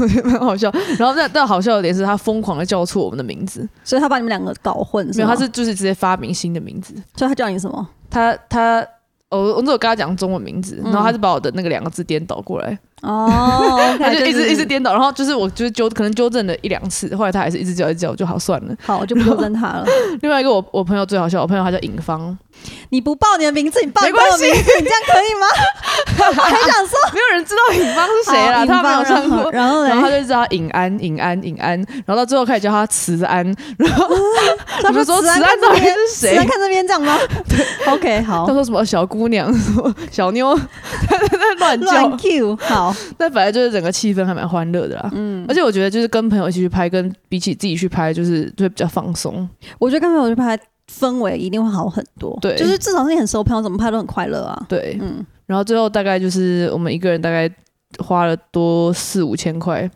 Speaker 2: 我觉得 蛮好笑。然后那但好笑的点是他疯狂的叫错我们的名字，
Speaker 1: 所以他把你们两个搞混，
Speaker 2: 没有，
Speaker 1: 吗
Speaker 2: 他是就是直接发明新的名字。
Speaker 1: 所以他叫你什 么？
Speaker 2: 他他我我那时候跟他讲中文名字，
Speaker 1: 嗯
Speaker 2: 然后他就把我的那个两个字颠倒过 来，
Speaker 1: 哦，OK，
Speaker 2: 他就一直
Speaker 1: 是
Speaker 2: 一直颠倒，然后就是我就是纠可能纠正了一两次，后来他还是一直叫一直叫，我就好算 了。
Speaker 1: 好，我就不纠正他了。
Speaker 2: 另外一个我我朋友最好笑，我朋友他叫尹 芳，
Speaker 1: 你不报你的名字，你报
Speaker 2: 没
Speaker 1: 你报我
Speaker 2: 关系
Speaker 1: 名字，你这样可以吗？ 我还想说
Speaker 2: 没有人知道哦尹芳啊是谁啦，
Speaker 1: 好
Speaker 2: 他没有
Speaker 1: 引爆
Speaker 2: 上过。
Speaker 1: 然后
Speaker 2: 然后
Speaker 1: 然后
Speaker 2: 他
Speaker 1: 嘞，
Speaker 2: 就知道尹安、尹安、尹安，然后到最后开始叫他慈安，
Speaker 1: 他
Speaker 2: 我们说
Speaker 1: 慈安
Speaker 2: 慈安
Speaker 1: 看这
Speaker 2: 到底
Speaker 1: 边
Speaker 2: 是谁
Speaker 1: 慈安看这边这样吗？OK，好
Speaker 2: 他，说什么小姑娘、什么小妞， 他在乱
Speaker 1: 乱
Speaker 2: 叫。
Speaker 1: Q，好，
Speaker 2: 但反正就是整个气氛还蛮欢乐的啦。
Speaker 1: 嗯
Speaker 2: 而，且我觉得就是跟朋友一起去拍，跟比起自己去拍，就是就会比较放松。
Speaker 1: 我觉得刚才我就拍氛围一定会好很多，
Speaker 2: 对
Speaker 1: 就是至少是你很熟的朋友，怎么拍都很快乐啊。
Speaker 2: 对，
Speaker 1: 嗯，
Speaker 2: 然后最后大概就是我们一个人大概花了多四五千块，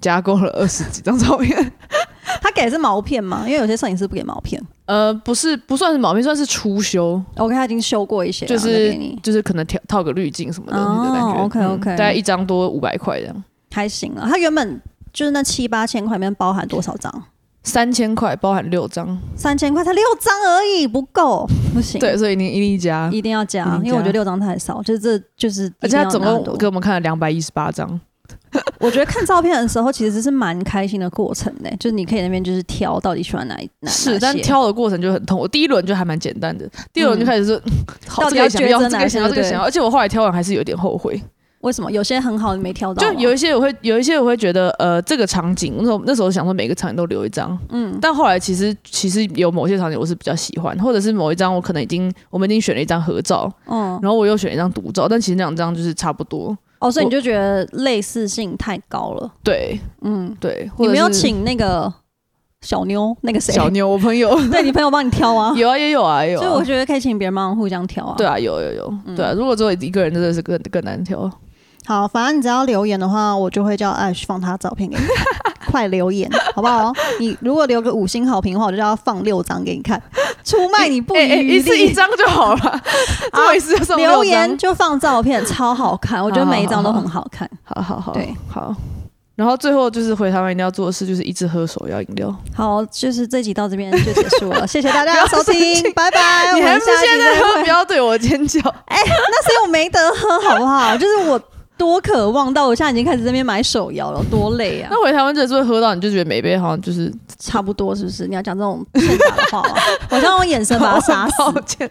Speaker 2: 加购了二十几张照片。
Speaker 1: 他给的是毛片嘛，因为有些摄影师不给毛片。
Speaker 2: 呃，不是不算是毛病，算是初修，
Speaker 1: OK，他已经修过一些了，
Speaker 2: 就是
Speaker 1: 再给你
Speaker 2: 就是可能调套个滤镜什么东西的感觉。
Speaker 1: 哦，OK，OK
Speaker 2: 嗯大概一张多五百块这样，
Speaker 1: 还行啊。他原本就是那七八千块里面包含多少张？
Speaker 2: 三千块包含六张。
Speaker 1: 三千块才六张而已，不够，不行，啊
Speaker 2: 对，，所以一定一定加。
Speaker 1: 一定要加
Speaker 2: 啊一定，加
Speaker 1: 因为我觉得六张太少，就是这就是，
Speaker 2: 而且他总共给
Speaker 1: 我
Speaker 2: 我们看了两百一十八张，
Speaker 1: 我觉得看照片的时候其实是蛮开心的过程呢、就是你可以那边就是挑到底喜欢哪一哪
Speaker 2: 是，
Speaker 1: 哪
Speaker 2: 但
Speaker 1: 些
Speaker 2: 挑的过程就很痛。我第一轮就还蛮简单的，第二轮就开 始说，好，
Speaker 1: 嗯到
Speaker 2: 这
Speaker 1: 底
Speaker 2: 个
Speaker 1: 要抉择
Speaker 2: 也想要，这
Speaker 1: 哪
Speaker 2: 个也想要，
Speaker 1: 些
Speaker 2: 这个也想要。而且我后来挑完还是有点后悔，
Speaker 1: 为什么有些很好你没挑到
Speaker 2: 就
Speaker 1: 吗？
Speaker 2: 有一些我会有一些我会觉得，呃，这个场景，那时候那时候想说每个场景都留一张，嗯，但后来其实其实有某些场景我是比较喜欢，或者是某一张我可能已经我们已经选了一张合照，
Speaker 1: 嗯
Speaker 2: 然后我又选了一张独照，但其实那两张就是差不多，
Speaker 1: 哦，所以你就觉得类似性太高了，
Speaker 2: 对
Speaker 1: 嗯，
Speaker 2: 对。或
Speaker 1: 你
Speaker 2: 者
Speaker 1: 没有
Speaker 2: 是
Speaker 1: 请那个小妞那个谁，
Speaker 2: 小妞，我朋友
Speaker 1: 对你朋友帮你挑啊，
Speaker 2: 有啊也有啊也有啊，
Speaker 1: 所以我觉得可以请别人帮忙互相挑啊。
Speaker 2: 对啊有有有，对啊，如果只有一个人真的是更更难挑，
Speaker 1: 好，反正你只要留言的话，我就会叫 Ash 放他照片给你， 快留言好不好？你如果留个五星好评的话，我就叫他放六张给你看，出卖你不遗
Speaker 2: 哎哎
Speaker 1: 余
Speaker 2: 一次
Speaker 1: 力。
Speaker 2: 一张就好 了，最后一次就送
Speaker 1: 留
Speaker 2: 六
Speaker 1: 言
Speaker 2: 张，
Speaker 1: 就放照片，超好看，我觉得每一张都很好看。
Speaker 2: 好好好，
Speaker 1: 对
Speaker 2: 好。然后最后就是回台湾一定要做的事，就是一直喝手摇饮料。
Speaker 1: 好，就是这集到这边就结束 了，谢谢大家的收听，拜拜。
Speaker 2: 你
Speaker 1: 我
Speaker 2: 还
Speaker 1: 们
Speaker 2: 不
Speaker 1: 下一集
Speaker 2: 现在
Speaker 1: 再
Speaker 2: 喝，
Speaker 1: 会
Speaker 2: 不。要对我尖叫。
Speaker 1: 那是因为我没得喝，好不好？就是我多渴望到，我现在已经开始这边买手摇了，多累 啊！
Speaker 2: 那回台湾真的是会喝到，你就觉得每杯好像就是
Speaker 1: 差不多是不是？你要讲这种欠打的话吗？我想用眼神把他 杀死。
Speaker 2: 抱歉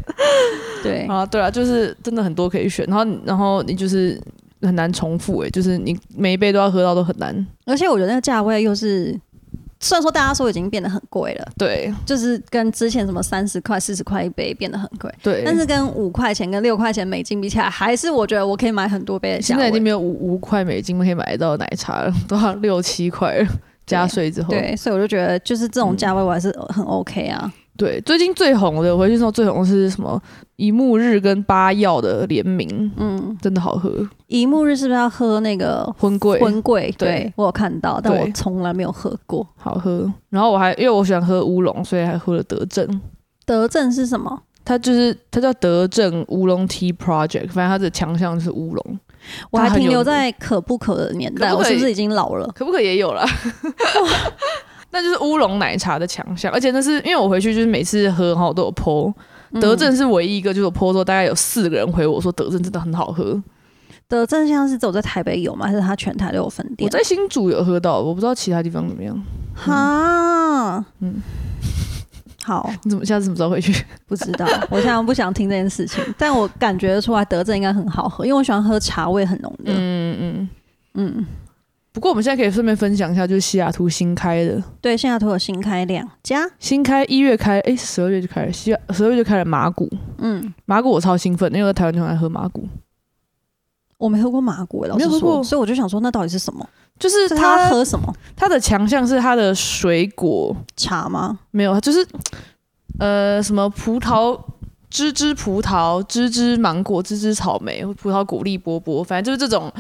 Speaker 1: 对，
Speaker 2: 啊，对啊，就是真的很多可以选，然后然后你就是很难重复哎、就是你每一杯都要喝到都很难。
Speaker 1: 而且我觉得那个价位又是，虽然说大家说已经变得很贵了，
Speaker 2: 对
Speaker 1: 就是跟之前什么三十块、四十块一杯变得很贵，
Speaker 2: 对，
Speaker 1: 但是跟五块钱、跟六块钱美金比起来，还是我觉得我可以买很多杯的价
Speaker 2: 现在已经
Speaker 1: 位。
Speaker 2: 没有五五块美金可以买得到的奶茶了，都要六七块了，加税之后。
Speaker 1: 对，所以我就觉得就是这种价位我还是
Speaker 2: 嗯
Speaker 1: 很 OK 啊。
Speaker 2: 对，最近最红的，我回去之后最红的是什么？一木日跟八药的联名，
Speaker 1: 嗯，
Speaker 2: 真的好喝，
Speaker 1: 一幕日是不是要喝那个
Speaker 2: 荤贵
Speaker 1: 荤贵？
Speaker 2: 对
Speaker 1: 对我有看到，但
Speaker 2: 对
Speaker 1: 我从来没有喝过。
Speaker 2: 好喝。然后我还因为我喜欢喝乌龙，所以还喝了德政。
Speaker 1: 德政是什么？
Speaker 2: 它就是它叫德政乌龙 Tea Project，反正它的强项是乌龙，
Speaker 1: 我还
Speaker 2: 它很有
Speaker 1: 停留
Speaker 2: 名
Speaker 1: 在可不可的年代，
Speaker 2: 可不
Speaker 1: 我
Speaker 2: 可以
Speaker 1: 是不是已经老了？
Speaker 2: 可不可也有啦？ 那就是乌龙奶茶的强项，而且那是因为我回去就是每次喝哈我都有 PO，、德
Speaker 1: 嗯
Speaker 2: 政是唯一一个就是我 PO 之后大概有四个人回我说德政真的很好喝，
Speaker 1: 德政像是只有在台北有吗？还是它全台都有分
Speaker 2: 我
Speaker 1: 店？
Speaker 2: 在新竹有喝到，我不知道其他地方怎么样，
Speaker 1: 哈，
Speaker 2: 嗯
Speaker 1: 嗯，好，
Speaker 2: 你怎么下次什么时候回去？
Speaker 1: 不知道，我现在不想听这件事 情，但我感觉得出来德政应该很好喝，因为我喜欢喝茶味很浓的。嗯
Speaker 2: 嗯嗯。不过我们现在可以顺便分享一下，就是西雅图新开的，
Speaker 1: 对，现在都有新开两家，
Speaker 2: 新开一月开，哎，十二月就开了，西十二月就开了麻古，
Speaker 1: 嗯，
Speaker 2: 麻古我超兴奋，因为我在台湾就很爱喝麻古，
Speaker 1: 我没喝过麻古，欸老
Speaker 2: 没
Speaker 1: 实
Speaker 2: 有喝过
Speaker 1: 说，所以我就想说，那到底是什么？
Speaker 2: 就是
Speaker 1: 是他
Speaker 2: 它
Speaker 1: 喝什么
Speaker 2: 它的强项是它的水果
Speaker 1: 茶吗？
Speaker 2: 没有，就是呃什么葡萄。芝芝葡萄、芝芝芒果、芝芝草莓、葡萄果粒波波，反正就是这种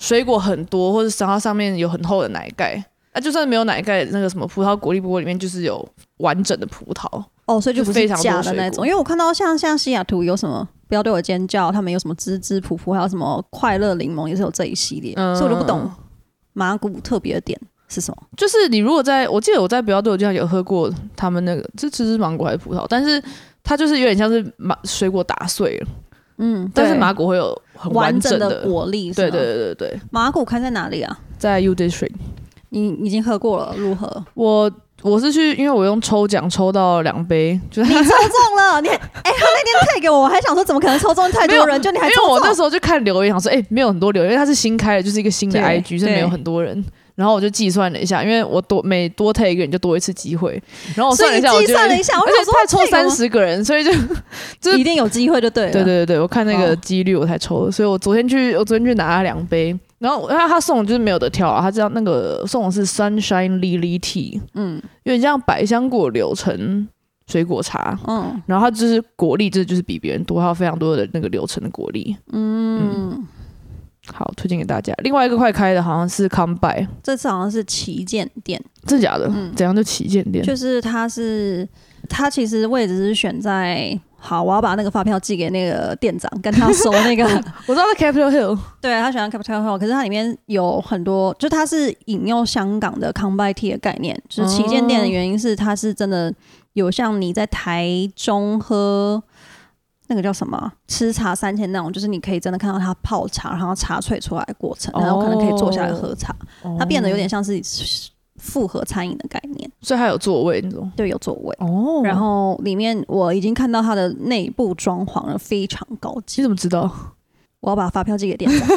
Speaker 2: 水果很多，或者然后上面有很厚的奶盖。那、就算没有奶盖，那个什么葡萄果粒波里面就是有完整的葡萄，
Speaker 1: 哦，所以就不
Speaker 2: 就是非常多
Speaker 1: 假的那
Speaker 2: 水
Speaker 1: 种，
Speaker 2: 果
Speaker 1: 因为我看到像像西雅图有什么不要对我尖叫，他们有什么芝芝普普，还有什么快乐柠檬，也是有这一系列，
Speaker 2: 嗯
Speaker 1: 所以我就不懂麻古特别的点是什么。
Speaker 2: 就是你如果在我记得我在不要对我这样有喝过他们那个是芝芝芒果还是葡萄，但是它就是有点像是麻水果打碎了，
Speaker 1: 嗯，
Speaker 2: 但是
Speaker 1: 对
Speaker 2: 麻果会有很
Speaker 1: 完
Speaker 2: 整
Speaker 1: 的果粒，
Speaker 2: 对对，对对对，
Speaker 1: 麻古开在哪里啊？
Speaker 2: 在 U District，
Speaker 1: 你你已经喝过了，如何？
Speaker 2: 我我是去，因为我用抽奖抽到两杯，就是
Speaker 1: 你抽中了，你哎、他那天退给我，我还想说怎么可能抽中太多人，就你还
Speaker 2: 因
Speaker 1: 抽
Speaker 2: 为我那
Speaker 1: 中。
Speaker 2: 时候就看留言，想说，哎、没有很多留言，因为它是新开的，就是一个新的
Speaker 1: 对
Speaker 2: IG，是没有
Speaker 1: 对
Speaker 2: 很多人。然后我就计算了一下，因为我多每多 take 一个人就多一次机会，然后我
Speaker 1: 所
Speaker 2: 算
Speaker 1: 以
Speaker 2: 了一
Speaker 1: 你计
Speaker 2: 下，我觉得
Speaker 1: 算了一下，我
Speaker 2: 而
Speaker 1: 想
Speaker 2: 且
Speaker 1: 说
Speaker 2: 他抽
Speaker 1: 这个
Speaker 2: 三十个人，所以就就
Speaker 1: 一定有机会就对了。啊
Speaker 2: 对对对对，我看那个
Speaker 1: 哦
Speaker 2: 几率我才抽的，所以我昨天去，我昨天去拿了两杯，然后然后他送的就是没有得挑啊，他知道那个送的是 Sunshine Lily Tea，
Speaker 1: 嗯
Speaker 2: 有点像百香果柳橙水果茶，
Speaker 1: 嗯
Speaker 2: 然后它就是果粒，这就是比别人多，还有非常多的那个柳橙的果粒，
Speaker 1: 嗯，
Speaker 2: 好推荐给大家。另外一个快开的好像是 Come By，
Speaker 1: 这次好像是旗舰店，
Speaker 2: 真假的？怎样就旗舰店？
Speaker 1: 嗯就是它是它其实位置是选在。好，我要把那个发票寄给那个店长，跟他收那个
Speaker 2: 我知道在 Capitol Hill，
Speaker 1: 对他喜欢 Capital Hill，可是它里面有很多，就它是引用香港的 Combine Tea 的概念，就是旗舰
Speaker 2: 哦
Speaker 1: 店的原因是它是真的有像你在台中喝那个叫什么啊吃茶三千那种，就是你可以真的看到它泡茶，然后茶萃出来的过程，
Speaker 2: 哦
Speaker 1: 然后可能可以坐下来喝茶，它变得有
Speaker 2: 哦，
Speaker 1: 点像是复合餐饮的概念，
Speaker 2: 所以它有座位那种。
Speaker 1: 对，有座位。
Speaker 2: 哦
Speaker 1: 然后里面我已经看到它的内部装潢了，非常高级。
Speaker 2: 你怎么知道？
Speaker 1: 我要把发票寄给店长。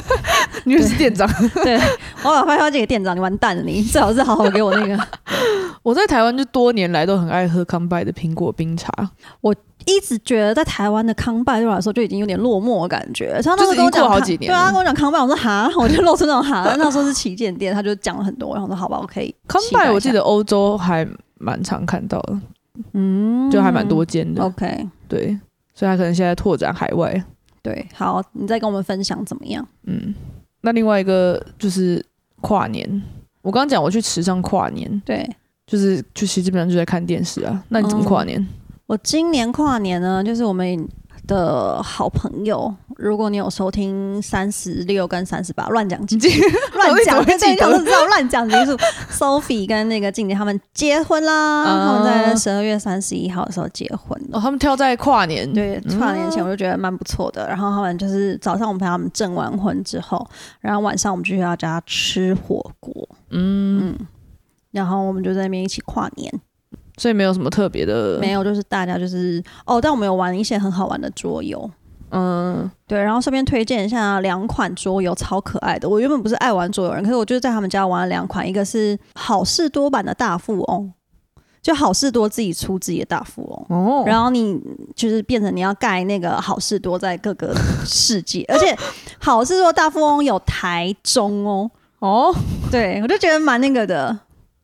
Speaker 2: 你以为是店长。
Speaker 1: 对， 我把发票寄给店长，你完蛋了你， 最好是好好给我那个。
Speaker 2: 我在台湾就多年来都很爱喝康拜的苹果冰茶，
Speaker 1: 一直觉得在台湾的康拜对我来说就已经有点落寞的感觉，像他
Speaker 2: 就是
Speaker 1: 那时候跟我
Speaker 2: 已经过
Speaker 1: 讲
Speaker 2: 好
Speaker 1: 康，
Speaker 2: 几年
Speaker 1: 对啊，
Speaker 2: 了
Speaker 1: 他跟我讲康拜，我说哈， 我就露出那种哈。那时候是旗舰店，他就讲了很多，然后我说好吧，我可以
Speaker 2: 康
Speaker 1: 期待一
Speaker 2: 拜
Speaker 1: 下。
Speaker 2: 我记得欧洲还蛮常看到的，
Speaker 1: 嗯
Speaker 2: 就还蛮多间的，
Speaker 1: OK，
Speaker 2: 对，所以它可能现在拓展海外。
Speaker 1: 对，好，你再跟我们分享怎么样？
Speaker 2: 嗯，那另外一个就是跨年，我刚刚讲我去池上跨年，
Speaker 1: 对
Speaker 2: 就是就其实基本上就在看电视啊。那你怎么跨年？
Speaker 1: 我今年跨年呢，就是我们。的好朋友，如果你有收听三十六跟三十八，乱讲几
Speaker 2: 你记
Speaker 1: 乱讲，
Speaker 2: 我一
Speaker 1: 跟
Speaker 2: 直以
Speaker 1: 这
Speaker 2: 为记得
Speaker 1: 种都知道乱讲结束。Sophie 跟那个静姐他们结婚啦，
Speaker 2: 啊
Speaker 1: 他们在十二月三十一号的时候结婚了。
Speaker 2: 哦，他们挑在跨年，
Speaker 1: 对，
Speaker 2: 嗯
Speaker 1: 跨年前我就觉得蛮不错的。然后他们就是早上我们陪他们证完婚之后，然后晚上我们就去他家吃火锅，
Speaker 2: 嗯，
Speaker 1: 然后我们就在那边一起跨年。
Speaker 2: 所以没有什么特别的，
Speaker 1: 没有，就是大家就是哦，但我们有玩一些很好玩的桌游。
Speaker 2: 嗯，
Speaker 1: 对，然后顺便推荐一下两款桌游，超可爱的。我原本不是爱玩桌游人，可是我就是在他们家玩了两款，一个是好事多版的大富翁，就好事多自己出自己的大富翁。
Speaker 2: 哦，
Speaker 1: 然后你就是变成你要盖那个好事多在各个世界，而且好事多大富翁有台中哦，
Speaker 2: 哦，
Speaker 1: 对我就觉得蛮那个的，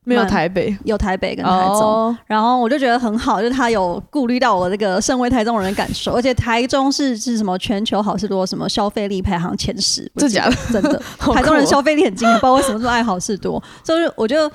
Speaker 2: 没有
Speaker 1: 蛮
Speaker 2: 台北，
Speaker 1: 有台北跟台中，
Speaker 2: 哦
Speaker 1: 然后我就觉得很好，就是他有顾虑到我这个身为台中人的感受，而且台中是是什么全球好事多什么消费力排行前十，
Speaker 2: 真假的？
Speaker 1: 真的，
Speaker 2: 好
Speaker 1: 台中
Speaker 2: 酷
Speaker 1: 人
Speaker 2: 哦
Speaker 1: 消费力很惊人，不知道为什么这么爱好事多， 所以我就。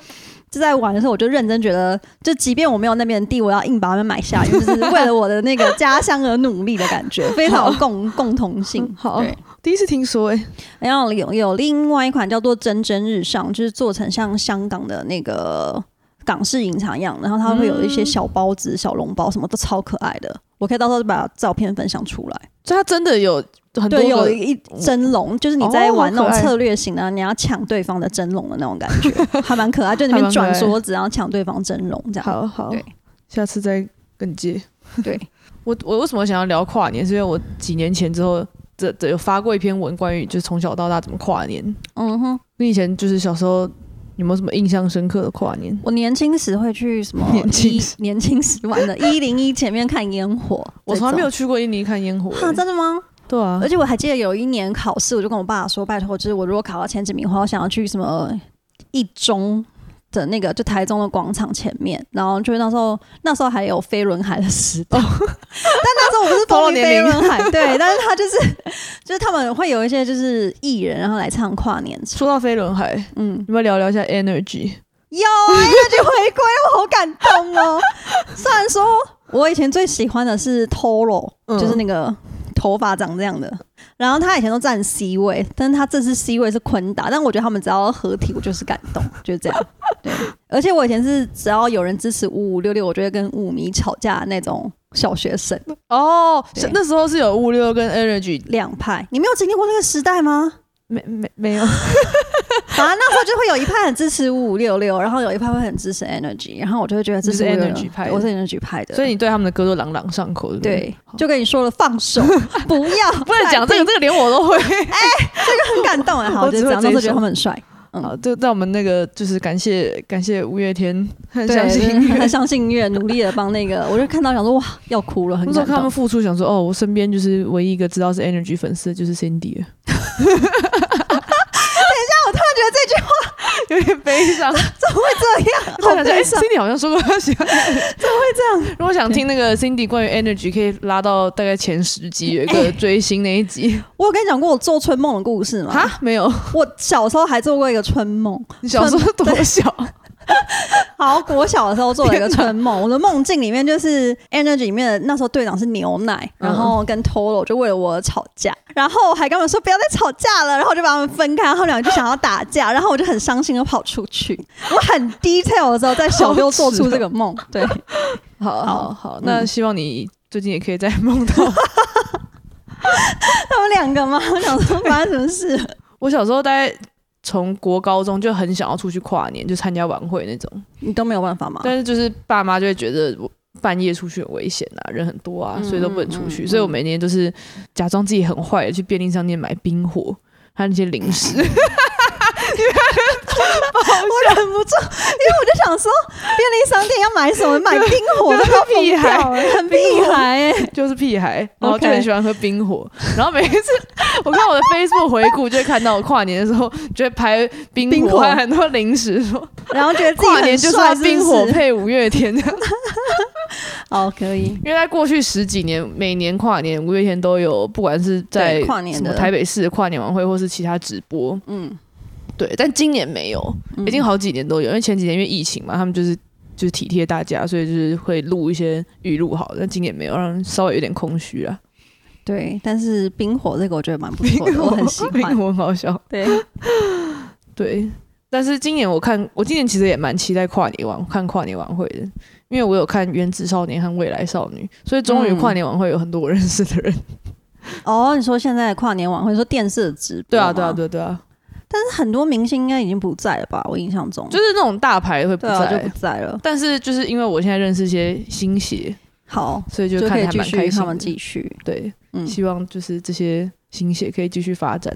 Speaker 1: 就在玩的时候，我就认真觉得，就即便我没有那边的地，我要硬把它们买下，因为就是为了我的那个家乡而努力的感觉，非常有共共同性。
Speaker 2: 好
Speaker 1: 对
Speaker 2: 第一次听说、欸，
Speaker 1: 然后有有另外一款叫做“蒸蒸日上”，就是做成像香港的那个港式饮茶一样，然后它会有一些小包子、小笼包什么，都超可爱的。我可以到时候把照片分享出来。
Speaker 2: 就它真的有很多
Speaker 1: 对，有
Speaker 2: 个
Speaker 1: 一蒸笼，就是你在
Speaker 2: 哦
Speaker 1: 玩那
Speaker 2: 好
Speaker 1: 种
Speaker 2: 可爱
Speaker 1: 策略型的，你要抢对方的蒸笼的那种感觉，还蛮可爱。就里
Speaker 2: 还
Speaker 1: 面
Speaker 2: 蛮可爱
Speaker 1: 转桌子，然后抢对方蒸笼这样。
Speaker 2: 好好，
Speaker 1: 对
Speaker 2: 下次再跟你借。
Speaker 1: 对，
Speaker 2: 我我为什么想要聊跨年？是因为我几年前之后，这这有发过一篇文，关于就是从小到大怎么跨年。
Speaker 1: 嗯哼，
Speaker 2: 你以前就是小时候有没有什么印象深刻的跨年？
Speaker 1: 我年轻时会去什么
Speaker 2: 年轻
Speaker 1: 一
Speaker 2: 时
Speaker 1: 年轻时玩的一零一前面看烟火，
Speaker 2: 我从来没有
Speaker 1: 这
Speaker 2: 去过印尼看烟火、
Speaker 1: 种。哈，
Speaker 2: 欸
Speaker 1: 真的吗？
Speaker 2: 对啊
Speaker 1: 而，且我还记得有一年考试，我就跟我爸说：“拜托，就是我如果考到前几名的话，我想要去什么一中的那个就台中的广场前面，然后就是那时候那时候还有飞轮海的时代，但那时候我不是
Speaker 2: 暴露
Speaker 1: 风靡
Speaker 2: 年
Speaker 1: 飞
Speaker 2: 龄
Speaker 1: 轮海，对，但是他就是就是他们会有一些就是艺人然后来唱跨年唱，
Speaker 2: 说到飞轮海，
Speaker 1: 嗯，
Speaker 2: 你们聊聊一下 energy。
Speaker 1: 有哎、那句回归，我好感动 哦。虽然说我以前最喜欢的是 Toro，、
Speaker 2: 嗯
Speaker 1: 就是那个头发长这样的，然后他以前都站 C 位，但是他这次 C 位是昆达，但我觉得他们只要合体，我就是感动，就是这 样。对，而且我以前是只要有人支持五五六六，我就会跟五迷吵架的那种小学生
Speaker 2: 哦，
Speaker 1: 对
Speaker 2: 是那时候是有物流跟 energy，
Speaker 1: 两派。你没有经历过那个时代 吗？
Speaker 2: 没没没有，
Speaker 1: 反正那时候就会有一派很支持五五六六，然后有一派会很支持 Energy，然后我就会觉得支持
Speaker 2: 你是
Speaker 1: 556
Speaker 2: Energy 派的
Speaker 1: 对我是 Energy 派的，
Speaker 2: 所以你对他们的歌都朗朗上口，对不对？
Speaker 1: 对，就跟你说了，放 手，不要，
Speaker 2: 不能讲这个，
Speaker 1: 个，
Speaker 2: 这个连我都会。
Speaker 1: 很感动哎。好，
Speaker 2: 我
Speaker 1: 就
Speaker 2: 只
Speaker 1: 这
Speaker 2: 会
Speaker 1: 样，那时
Speaker 2: 这
Speaker 1: 候
Speaker 2: 一
Speaker 1: 觉得
Speaker 2: 首
Speaker 1: 他们很帅，嗯
Speaker 2: 好，这在我们那个就是感谢感谢五月天，很
Speaker 1: 对，
Speaker 2: 相信
Speaker 1: 就是
Speaker 2: 音乐
Speaker 1: 很。相信音乐，努力的帮那个， 我就看到想说哇，要哭了，很
Speaker 2: 那时候
Speaker 1: 感
Speaker 2: 看他
Speaker 1: 动
Speaker 2: 们。付出，想说哦，我身边就是唯一一个知道是 energy 粉丝的就是 Cindy 了。 等一 下，我突然觉得这句话有点悲伤。
Speaker 1: 怎么会这样？
Speaker 2: 突然
Speaker 1: 好
Speaker 2: 觉得
Speaker 1: 悲
Speaker 2: 哎
Speaker 1: 伤，
Speaker 2: Cindy 好像说过她喜欢， 怎么会这样？如果想听那个 Cindy 关于 energy，可以拉到大概前十集有一个追星那一 集。
Speaker 1: 我有跟你讲过我做春梦的故事吗？
Speaker 2: 哈，没 有，
Speaker 1: 我小时候还做过一个春梦，
Speaker 2: 你小时候多 小？
Speaker 1: 好，我小的时候做了一个春梦，我的梦境里面就是 Energy 里面的那时候队长是牛奶，
Speaker 2: 嗯
Speaker 1: 然后跟 Toro 就为了我吵架，然后还跟他们说不要再吵架了，然后我就把他们分开，他们两个就想要打 架，然后我就很伤心的跑出去。我很 detail 的时候在小六做出这个 梦，对，
Speaker 2: 好嗯
Speaker 1: 好
Speaker 2: 好好，那希望你最近也可以在梦到。
Speaker 1: 他们两个吗？我想说发生什么事？
Speaker 2: 我小时候大概从国高中就很想要出去跨年，就参加晚会那种，
Speaker 1: 你都没有办法吗？
Speaker 2: 但是就是爸妈就会觉得我。半夜出去很危险啊，人很多啊，
Speaker 1: 嗯
Speaker 2: 所以都不能出去。
Speaker 1: 嗯嗯
Speaker 2: 所以我每年都是假装自己很坏，去便利商店买冰火，还有那些零食。
Speaker 1: 我忍不住，因为我就想说，便利商店要买什么？买冰火都要疯
Speaker 2: 屁孩
Speaker 1: 掉欸，很屁孩欸，
Speaker 2: 就是屁孩，然后
Speaker 1: OK
Speaker 2: 就很喜欢喝冰火。然后每一次我看我的 Facebook 回顾，就会看到我跨年的时候就会拍冰
Speaker 1: 冰火
Speaker 2: 火，还有很多零食说
Speaker 1: 然后觉得自己
Speaker 2: 跨年
Speaker 1: 很
Speaker 2: 就是
Speaker 1: 帅，
Speaker 2: 要
Speaker 1: 是
Speaker 2: 冰火
Speaker 1: 不是？
Speaker 2: 配五月天这样。
Speaker 1: 哦，可以。
Speaker 2: 因为在过去十几年，每年跨年五月天都有，不管是在
Speaker 1: 对跨年
Speaker 2: 什么
Speaker 1: 的
Speaker 2: 台北市的跨年晚会，或是其他直播，
Speaker 1: 嗯，
Speaker 2: 对。但今年没有，已经好几年都有，因为前几年因为疫情嘛，他们就是就是体贴大家，所以就是会录一些预录好，但今年没有，让人稍微有点空虚 啊。
Speaker 1: 对，但是冰火这个我觉得蛮不 错的，我很喜欢。
Speaker 2: 我很好笑。
Speaker 1: 对，
Speaker 2: 对，但是今年我看，我今年其实也蛮期待跨年晚看跨年晚会的，因为我有看《原子少年》和《未来少女》，所以终于
Speaker 1: 嗯
Speaker 2: 跨年晚会有很多我认识的人。
Speaker 1: 哦，你说现在的跨年晚会，你说电视的直播，
Speaker 2: 对啊，对啊，。对啊，对啊，
Speaker 1: 但是很多明星应该已经不在了吧？我印象中，
Speaker 2: 就是那种大牌会不
Speaker 1: 对啊，
Speaker 2: 在。
Speaker 1: 就不在了。
Speaker 2: 但是就是因为我现在认识一些新鞋，
Speaker 1: 好，
Speaker 2: 所以就
Speaker 1: 就
Speaker 2: 看
Speaker 1: 可
Speaker 2: 得
Speaker 1: 以
Speaker 2: 还
Speaker 1: 继
Speaker 2: 蛮
Speaker 1: 续
Speaker 2: 开心
Speaker 1: 他们
Speaker 2: 的。
Speaker 1: 继续。
Speaker 2: 对，
Speaker 1: 嗯，
Speaker 2: 希望就是这些新鞋可以继续发展，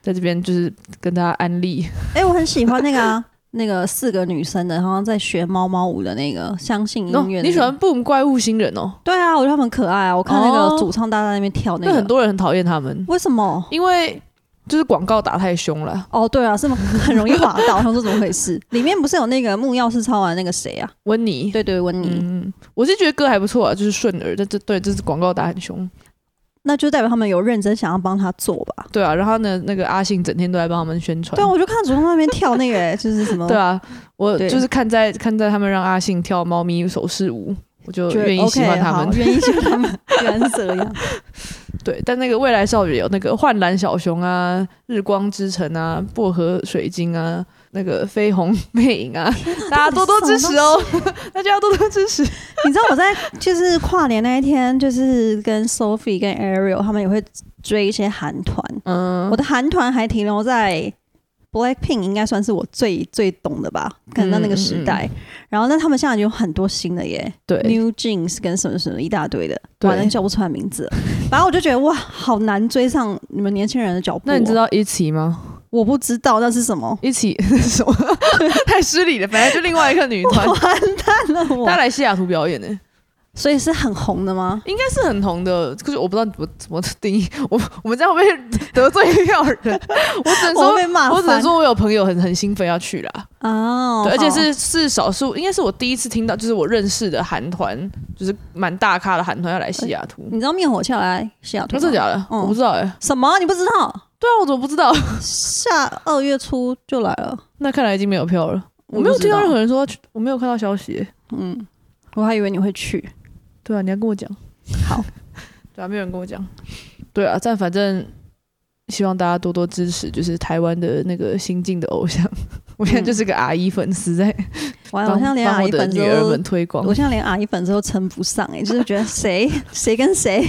Speaker 2: 在这边就是跟大家安利。
Speaker 1: 哎，我很喜欢那个 啊，那个四个女生的，然后在学猫猫舞的那个，相信
Speaker 2: 哦
Speaker 1: 音乐。
Speaker 2: 你喜欢？Boom 怪物新人哦？
Speaker 1: 对啊，我觉得他们很可爱啊。我看那个
Speaker 2: 哦
Speaker 1: 主唱大家在那边跳那
Speaker 2: 那
Speaker 1: 个，
Speaker 2: 很多人很讨厌他们，
Speaker 1: 为什么？
Speaker 2: 因为就是广告打太凶了。
Speaker 1: 哦，对啊，是吗？很容易滑倒。他说怎么回事？里面不是有那个木曜是超玩那个谁啊？
Speaker 2: 温妮，
Speaker 1: 对对，温妮。
Speaker 2: 嗯，嗯我是觉得歌还不错啊，就是顺耳，但这对这是广告打很凶，
Speaker 1: 那就代表他们有认真想要帮他做吧。
Speaker 2: 对啊，然后呢，那个阿信整天都在帮他们宣传，
Speaker 1: 对啊，我就看到主动那边跳那个、欸，就是什么，
Speaker 2: 对啊，我
Speaker 1: 对
Speaker 2: 就是看在看在他们让阿信跳猫咪手势舞，我就
Speaker 1: 觉得
Speaker 2: 愿意喜欢他们
Speaker 1: OK，好愿意喜欢他们，原来是这样。
Speaker 2: 对，但那个未来少女有那个幻蓝小熊啊、日光之城啊、薄荷水晶啊、那个绯红魅影啊，大家多多支持哦，大家要多多 支持。
Speaker 1: 你知道我在就是跨年那一天，就是跟 Sophie 跟 Ariel 他们也会追一些韩团，
Speaker 2: 嗯
Speaker 1: 我，的韩团还停留在 Blackpink，应该算是我最最懂的吧，可能到那
Speaker 2: 嗯
Speaker 1: 个时代。然后，那他们现在有很多新的耶，
Speaker 2: 对，
Speaker 1: New Jeans 跟什么什么一大堆的，
Speaker 2: 对
Speaker 1: 完了叫不出来名字 了。反正我就觉得哇，好难追上你们年轻人的脚步、哦
Speaker 2: 那你知？道一起吗？，
Speaker 1: 我不知道那是什么
Speaker 2: 一起 什么？太失礼了，反正就另外一个女
Speaker 1: 我
Speaker 2: 团，
Speaker 1: 完蛋了我
Speaker 2: 她。来西雅图表演呢、
Speaker 1: 所以是很红的吗？
Speaker 2: 应该是很红的，可是我不知道怎么怎么定义。 我我们这样会不会得罪一票人，我只 能
Speaker 1: 我
Speaker 2: 说
Speaker 1: 会被骂
Speaker 2: 我只能
Speaker 1: 翻
Speaker 2: 说我有朋友很很兴奋要去啦，
Speaker 1: 哦，
Speaker 2: 对，而且
Speaker 1: 好
Speaker 2: 是是少数，应该是我第一次听到，就是我认识的韩团，就是蛮大咖的韩团要来西雅图。
Speaker 1: 你知道灭火器要来西雅图
Speaker 2: 真
Speaker 1: 吗？
Speaker 2: 的假的？
Speaker 1: 嗯
Speaker 2: 我不知道哎、
Speaker 1: 什么？你不知道？
Speaker 2: 对啊，我怎么不知道？
Speaker 1: 下二月初就来了，
Speaker 2: 那看来已经没有票了。我
Speaker 1: 不
Speaker 2: 没有
Speaker 1: 知
Speaker 2: 听到
Speaker 1: 道
Speaker 2: 任何人说要去，我没有看到消息欸、
Speaker 1: 嗯，我还以为你会去。
Speaker 2: 对啊，你要跟我 讲。
Speaker 1: 好，
Speaker 2: 对啊，没有人跟我讲。对啊，但反正希望大家多多支持，就是台湾的那个新晋的偶像。我现在就是个阿姨粉丝，在
Speaker 1: 完了，
Speaker 2: 帮
Speaker 1: 我现在连
Speaker 2: 帮
Speaker 1: 阿
Speaker 2: 我
Speaker 1: 姨
Speaker 2: 的
Speaker 1: 粉丝
Speaker 2: 女儿
Speaker 1: 都
Speaker 2: 们，推广，
Speaker 1: 我现在连阿姨粉丝都称不上哎、就是觉得谁谁跟谁。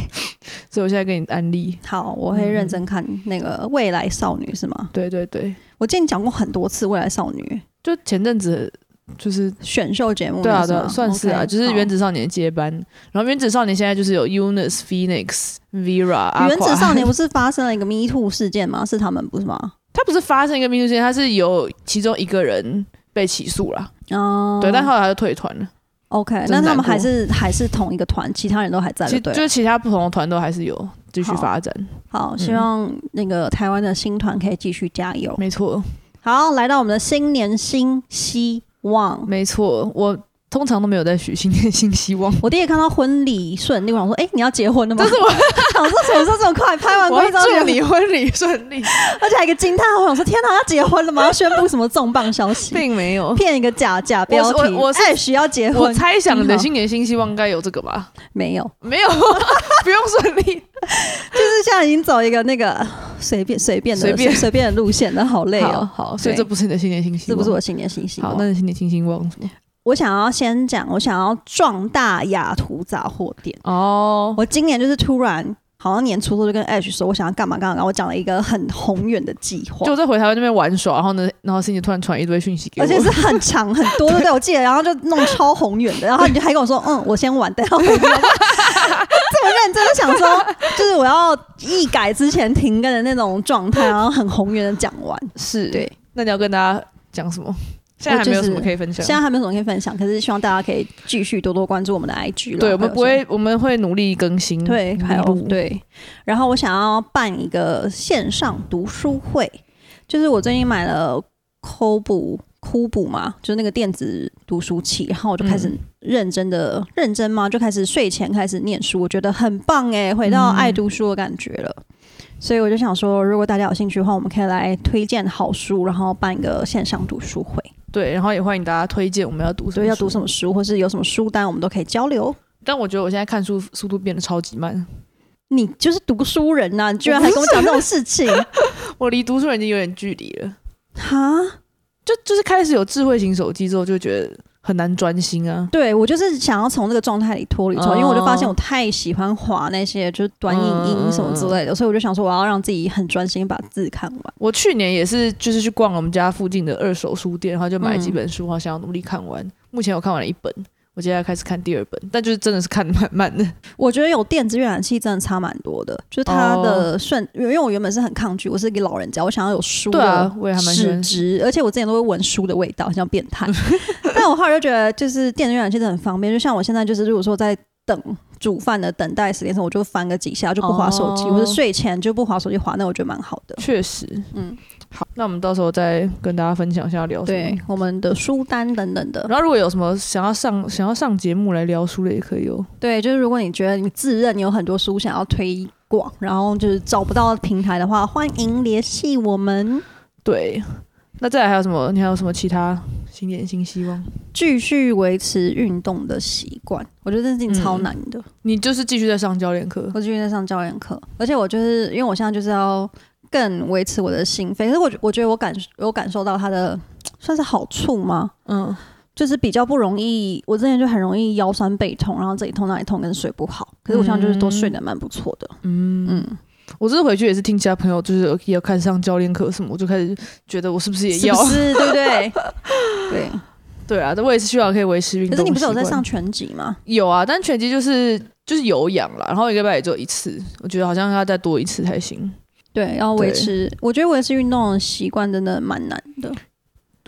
Speaker 2: 所以我现在给你安利。
Speaker 1: 好，我会认
Speaker 2: 嗯
Speaker 1: 真看那个《未来少女》是吗？
Speaker 2: 对对对，
Speaker 1: 我记得你讲过很多次《未来少女
Speaker 2: 就前阵子就是》
Speaker 1: 选秀节目
Speaker 2: 对啊，
Speaker 1: 那是吗，
Speaker 2: 对啊，算是啊，
Speaker 1: OK，
Speaker 2: 就是
Speaker 1: 好
Speaker 2: 原子少年接班，然后原子少年现在就是有 Unis、Phoenix、Vera 阿垮、
Speaker 1: 原子少年不是发生了一个 Me Too 事件吗？是他们不是吗？
Speaker 2: 他不是发生一个民族事件，他是有其中一个人被起诉了，
Speaker 1: 哦，
Speaker 2: 对，但后来他就退团了。
Speaker 1: OK，
Speaker 2: 真
Speaker 1: 那他
Speaker 2: 难
Speaker 1: 们
Speaker 2: 过
Speaker 1: 还是还是同一个团，其他人都还在
Speaker 2: 其
Speaker 1: 就
Speaker 2: 实嗯
Speaker 1: 对了。
Speaker 2: 就是其他不同的团都还是有继续发展，
Speaker 1: 好，希望那个台湾的新团可以继续加油。
Speaker 2: 没错，
Speaker 1: 好，来到我们的新年新希望。
Speaker 2: 没错，我。通常都没有在许新年新 希望，
Speaker 1: 我第一眼看到婚礼顺利，我想说，哎、你要结婚了吗？这是我， 想说什么时候这么快？拍完
Speaker 2: 我
Speaker 1: 婚
Speaker 2: 要
Speaker 1: 纱照就
Speaker 2: 祝，你婚礼顺利，
Speaker 1: 而且还有一个惊叹号，我想说，天哪，要结婚了 吗？要宣布什么重磅消息？
Speaker 2: 并没 有。
Speaker 1: 骗一个假假标题，哎
Speaker 2: 我是我我是
Speaker 1: Ash 要结
Speaker 2: 我
Speaker 1: 婚，
Speaker 2: 猜想你的新年新希望应该有这 个吧？
Speaker 1: 没有，
Speaker 2: 没有， 不用顺利，
Speaker 1: 就是现在已经走一个那个随便随便的
Speaker 2: 随便
Speaker 1: 随便的路线，那好累
Speaker 2: 好
Speaker 1: 哦。
Speaker 2: 好，所以
Speaker 1: 对
Speaker 2: 这不是你的新年新希
Speaker 1: 这
Speaker 2: 望，
Speaker 1: 不是我新年新希望。
Speaker 2: 好，那你新年新希望是什么？
Speaker 1: 我想要先讲，我想要壮大雅图杂货店。
Speaker 2: 哦，
Speaker 1: 我今年就是突然，好像年初的时候就跟 Ash 说，我想要干嘛干嘛干嘛，我讲了一个很宏远的计划
Speaker 2: 就。我在回台湾那边玩耍，然后呢，然后心里突然传一堆讯息给我，
Speaker 1: 而且是很长很多，对不对？我记得，然后就弄超宏远的，然后你就还跟我说，嗯，我先玩，等一下回来。这么认真的想说，就是我要一改之前停更的那种状态，然后很宏远的讲完。
Speaker 2: 是
Speaker 1: 对，
Speaker 2: 那你要跟大家讲什么？现在还没有什么可以分享。
Speaker 1: 现在还没有什么可以分享，可是希望大家可以继续多多关注我们的 IG 了。
Speaker 2: 对我们不
Speaker 1: 还有什么
Speaker 2: 会，我们会努力更新。
Speaker 1: 对，还有
Speaker 2: 努力录
Speaker 1: 对，然后我想要办一个线上读书会，就是我最近买了 Kobo。酷补嘛，就是那个电子读书器，然后我就开始认真的、认真嘛，就开始睡前开始念书，我觉得很棒哎，回到爱读书的感觉了。所以我就想说，如果大家有兴趣的话，我们可以来推荐好书，然后办一个线上读书会，
Speaker 2: 对，然后也欢迎大家推荐我们要读什
Speaker 1: 所
Speaker 2: 么，
Speaker 1: 以要读什
Speaker 2: 么。
Speaker 1: 么书，或是有什么书单，我们都可以交流。
Speaker 2: 但我觉得我现在看书速度变得超 级慢，
Speaker 1: 你就是读书人呐、你居然还跟我讲这种事情，
Speaker 2: 我离读书人已经有点距离了。
Speaker 1: 哈？
Speaker 2: 就就是开始有智慧型手机之后，就觉得很难专心啊。
Speaker 1: 对我就是想要从这个状态里脱离出来，
Speaker 2: 哦嗯
Speaker 1: 因为我就发现我太喜欢滑那些就是短影音什么之类的，所以我就想说我要让自己很专心把字看完。
Speaker 2: 我去年也是，就是去逛我们家附近的二手书店，然后就买几
Speaker 1: 嗯
Speaker 2: 本书，然后想要努力看完。目前我看完了一本，我接下来开始看第二本，但就是真的是看得蛮慢的。
Speaker 1: 我觉得有电子阅览器真的差蛮多的，就是它
Speaker 2: 哦
Speaker 1: 的顺，因为我原本是很抗拒，我是一个老人家，我想要有书
Speaker 2: 对
Speaker 1: 的
Speaker 2: 啊，我也还蛮喜
Speaker 1: 纸
Speaker 2: 欢。
Speaker 1: 质，而且我之前都会闻书的味道，很像变 态。但我后来就觉得，就是电子阅览器真的很方便，就像我现在就是，如果说在等煮饭的等待时间的时候，我就翻个几下就不划手机，
Speaker 2: 哦
Speaker 1: 或者睡前就不划手机划，那我觉得蛮好的。
Speaker 2: 确实，
Speaker 1: 嗯，
Speaker 2: 好，那我们到时候再跟大家分享一下要聊什么。
Speaker 1: 对，我们的书单等等的。
Speaker 2: 然后如果有什么想要上想要上节目来聊书的也可以哦。
Speaker 1: 对，就是如果你觉得你自认你有很多书想要推广，然后就是找不到平台的话，欢迎联系我们，
Speaker 2: 对，那再来还有什么？你还有什么其他新年新希望？
Speaker 1: 继续维持运动的习惯。我觉得这件事情超
Speaker 2: 嗯
Speaker 1: 难的，
Speaker 2: 你就是继续在上教练课，
Speaker 1: 我最近在上教练课，而且我就是因为我现在就是要更维持我的心肺，可是我我觉得我感有感受到它的算是好处吗？
Speaker 2: 嗯，
Speaker 1: 就是比较不容易，我之前就很容易腰酸背痛，然后这里痛那里痛，跟睡不好。可是我现在就是都睡得蛮不错的，嗯嗯，
Speaker 2: 我这次回去也是听其他朋友就是有也有开始上教练课什么，我就开始觉得我是不是也
Speaker 1: 是
Speaker 2: 要？
Speaker 1: 不是对不对？对。
Speaker 2: 对啊，但我也是希望可以维持运动
Speaker 1: 可
Speaker 2: 习惯。
Speaker 1: 是你不是有在上拳击吗？
Speaker 2: 有啊，但拳击就是就是有氧啦，然后一个礼拜也就一次，我觉得好像要再多一次才行。
Speaker 1: 对，要维
Speaker 2: 对
Speaker 1: 持，我觉得维持运动的习惯真的蛮难的。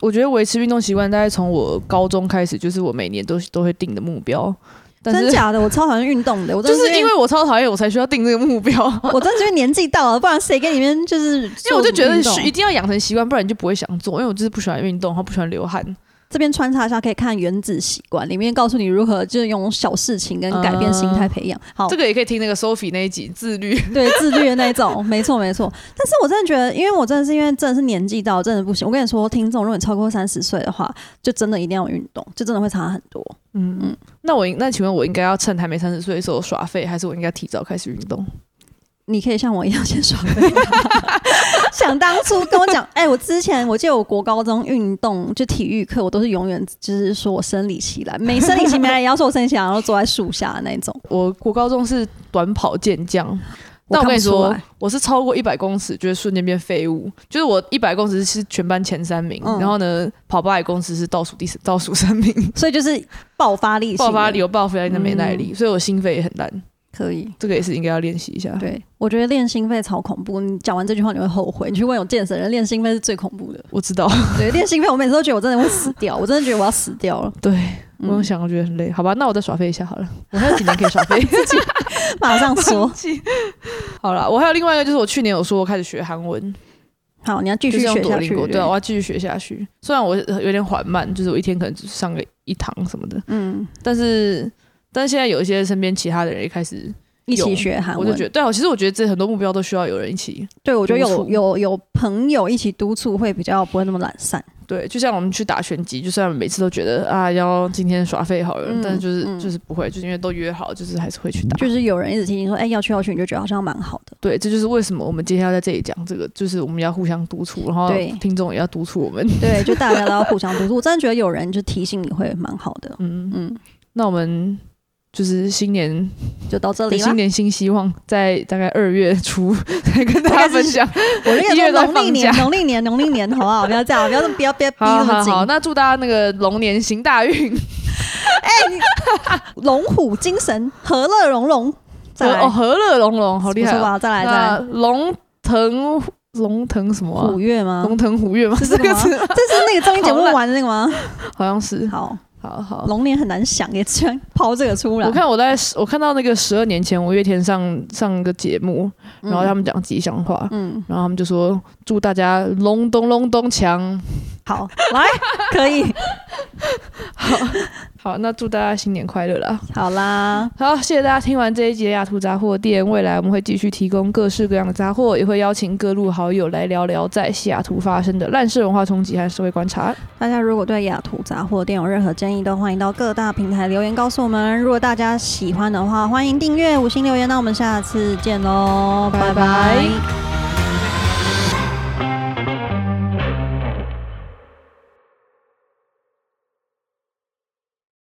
Speaker 2: 我觉得维持运动习惯大概从我高中开始，就是我每年都都会定的目标。但
Speaker 1: 真
Speaker 2: 是
Speaker 1: 假的，我超讨厌运动的，我真哎
Speaker 2: 就
Speaker 1: 的
Speaker 2: 是因为我超讨厌，我才需要定这个 目标。
Speaker 1: 我真的觉得年纪到了，不然谁跟你们就是？
Speaker 2: 因为我就觉得是一定要养成习惯，不然你就不会想做。因为我就是不喜欢运动，然后不喜欢流汗。
Speaker 1: 这边穿插一下，可以看《原子习惯》，里面告诉你如何就是用小事情跟改变心态培养、好
Speaker 2: 这个也可以听那个 Sophie 那一集 自律。
Speaker 1: 对自律的那一种， 没错没错。但是我真的觉得，因为我真的是因为真的是年纪到，真的不行。我跟你说，听众，如果你超过三十岁的话，就真的一定要运动，就真的会差很多。
Speaker 2: 嗯嗯， 那我应那请问我应该要趁还没三十岁的时候耍废，还是我应该提早开始运动？
Speaker 1: 你可以像我一样先耍废。 想当初跟我讲，哎、我之前我记得我国高中运动就体育课，我都是永远就是说我生理期来，每生理期没来也要说我生理期来，然后坐在树下的那种。
Speaker 2: 我我高中是短跑健将，但 我
Speaker 1: 看
Speaker 2: 跟
Speaker 1: 不
Speaker 2: 你
Speaker 1: 出
Speaker 2: 说
Speaker 1: 来，，
Speaker 2: 我是超过一百公尺就会瞬间变废物。就是我一百公尺是全班前三名，
Speaker 1: 嗯
Speaker 2: 然后呢跑八百公尺是倒数第四倒数 三名，
Speaker 1: 所以就是爆发力型的，
Speaker 2: 爆发力有爆发力，但没耐
Speaker 1: 嗯
Speaker 2: 力，所以我心肺也很烂。
Speaker 1: 可以。
Speaker 2: 这个也是应该要练习一下。
Speaker 1: 对，我觉得练心肺超恐怖。你讲完这句话你会后悔。你去问有健身人，练心肺是最恐怖的。
Speaker 2: 我知道，
Speaker 1: 对，练心肺我每次都觉得我真的会死掉，我真的觉得我要死掉了。
Speaker 2: 对我
Speaker 1: 嗯
Speaker 2: 用想，我觉得很累。好吧，那我再耍废一下好了，我还有几年可以耍 废。
Speaker 1: 马上 说，
Speaker 2: 好了，我还有另外一个，就是我去年有说我开始学韩文，
Speaker 1: 好，你要继
Speaker 2: 就
Speaker 1: 续
Speaker 2: 是用
Speaker 1: 学
Speaker 2: 多
Speaker 1: 下
Speaker 2: 邻
Speaker 1: 去。
Speaker 2: 国，对啊，
Speaker 1: 不
Speaker 2: 我要继续学下去。虽然我有点缓慢，就是我一天可能只上个一堂什么的，
Speaker 1: 嗯，
Speaker 2: 但是但现在有一些身边其他的人也开始，
Speaker 1: 一起
Speaker 2: 有
Speaker 1: 学韩
Speaker 2: 我
Speaker 1: 文。
Speaker 2: 就觉得对啊，其实我觉得这很多目标都需要有人一起。
Speaker 1: 对，我觉得
Speaker 2: 督
Speaker 1: 有
Speaker 2: 促
Speaker 1: 有有朋友一起督促会比较不会那么懒散。
Speaker 2: 对，就像我们去打拳击，就算每次都觉得啊要今天耍废好了，
Speaker 1: 嗯
Speaker 2: 但是就是、
Speaker 1: 嗯
Speaker 2: 就是不会，就是因为都约好，就是还是会去打。
Speaker 1: 就是有人一直提醒说，哎、要去要去，你就觉得好像蛮好的。
Speaker 2: 对，这就是为什么我们接下来在这里讲这个，就是我们要互相督促，然后
Speaker 1: 对
Speaker 2: 听众也要督促我们。
Speaker 1: 对，就大家都要互相 督促。我真的觉得有人就提醒你会蛮好的。
Speaker 2: 嗯，
Speaker 1: 嗯，
Speaker 2: 那我们就是新年
Speaker 1: 就到这
Speaker 2: 对
Speaker 1: 里啦
Speaker 2: 新。年新希望，在大概二月初再跟大
Speaker 1: 大概
Speaker 2: 家
Speaker 1: 是
Speaker 2: 分享。
Speaker 1: 我就跟
Speaker 2: 一
Speaker 1: 你说，
Speaker 2: 月都在
Speaker 1: 农历
Speaker 2: 放
Speaker 1: 年，
Speaker 2: 假
Speaker 1: 农历年，农历年，好不好？不要这样，不要这么，不要不要逼
Speaker 2: 好
Speaker 1: 那么
Speaker 2: 好
Speaker 1: 紧。
Speaker 2: 好，那祝大家那个龙年行大运。
Speaker 1: 哎 龙虎精神，和乐融融。再来，
Speaker 2: 哦，和乐融融，好厉害
Speaker 1: 不错
Speaker 2: 哦！
Speaker 1: 吧？啊再来，再
Speaker 2: 那
Speaker 1: 来，
Speaker 2: 龙腾龙腾什么啊？
Speaker 1: 虎月吗？
Speaker 2: 龙腾虎跃吗？
Speaker 1: 这是 什
Speaker 2: 这
Speaker 1: 么
Speaker 2: 个
Speaker 1: 啊
Speaker 2: 词
Speaker 1: 这是那个综艺节目
Speaker 2: 好烂
Speaker 1: 玩的那个吗？
Speaker 2: 好像是。
Speaker 1: 好，
Speaker 2: 好好，
Speaker 1: 龙年很难想，也居然抛这个出来。
Speaker 2: 我看我在我看到那个十二年前五月天上上个节目，
Speaker 1: 嗯，
Speaker 2: 然后他们讲吉祥话，
Speaker 1: 嗯，
Speaker 2: 然后他们就说祝大家隆咚隆咚锵。
Speaker 1: 好，来，可以，
Speaker 2: 好，那祝大家新年快乐啦！
Speaker 1: 好啦，
Speaker 2: 好，谢谢大家听完这一集的雅图杂货店。未来我们会继续提供各式各样的杂货，也会邀请各路好友来聊聊在西雅图发生的烂事文化冲击和社会观察。
Speaker 1: 大家如果对雅图杂货店有任何建议，都欢迎到各大平台留言告诉我们。如果大家喜欢的话，欢迎订阅、五星留言。那我们下次见喽，
Speaker 2: 拜
Speaker 1: 拜
Speaker 2: 拜
Speaker 1: 拜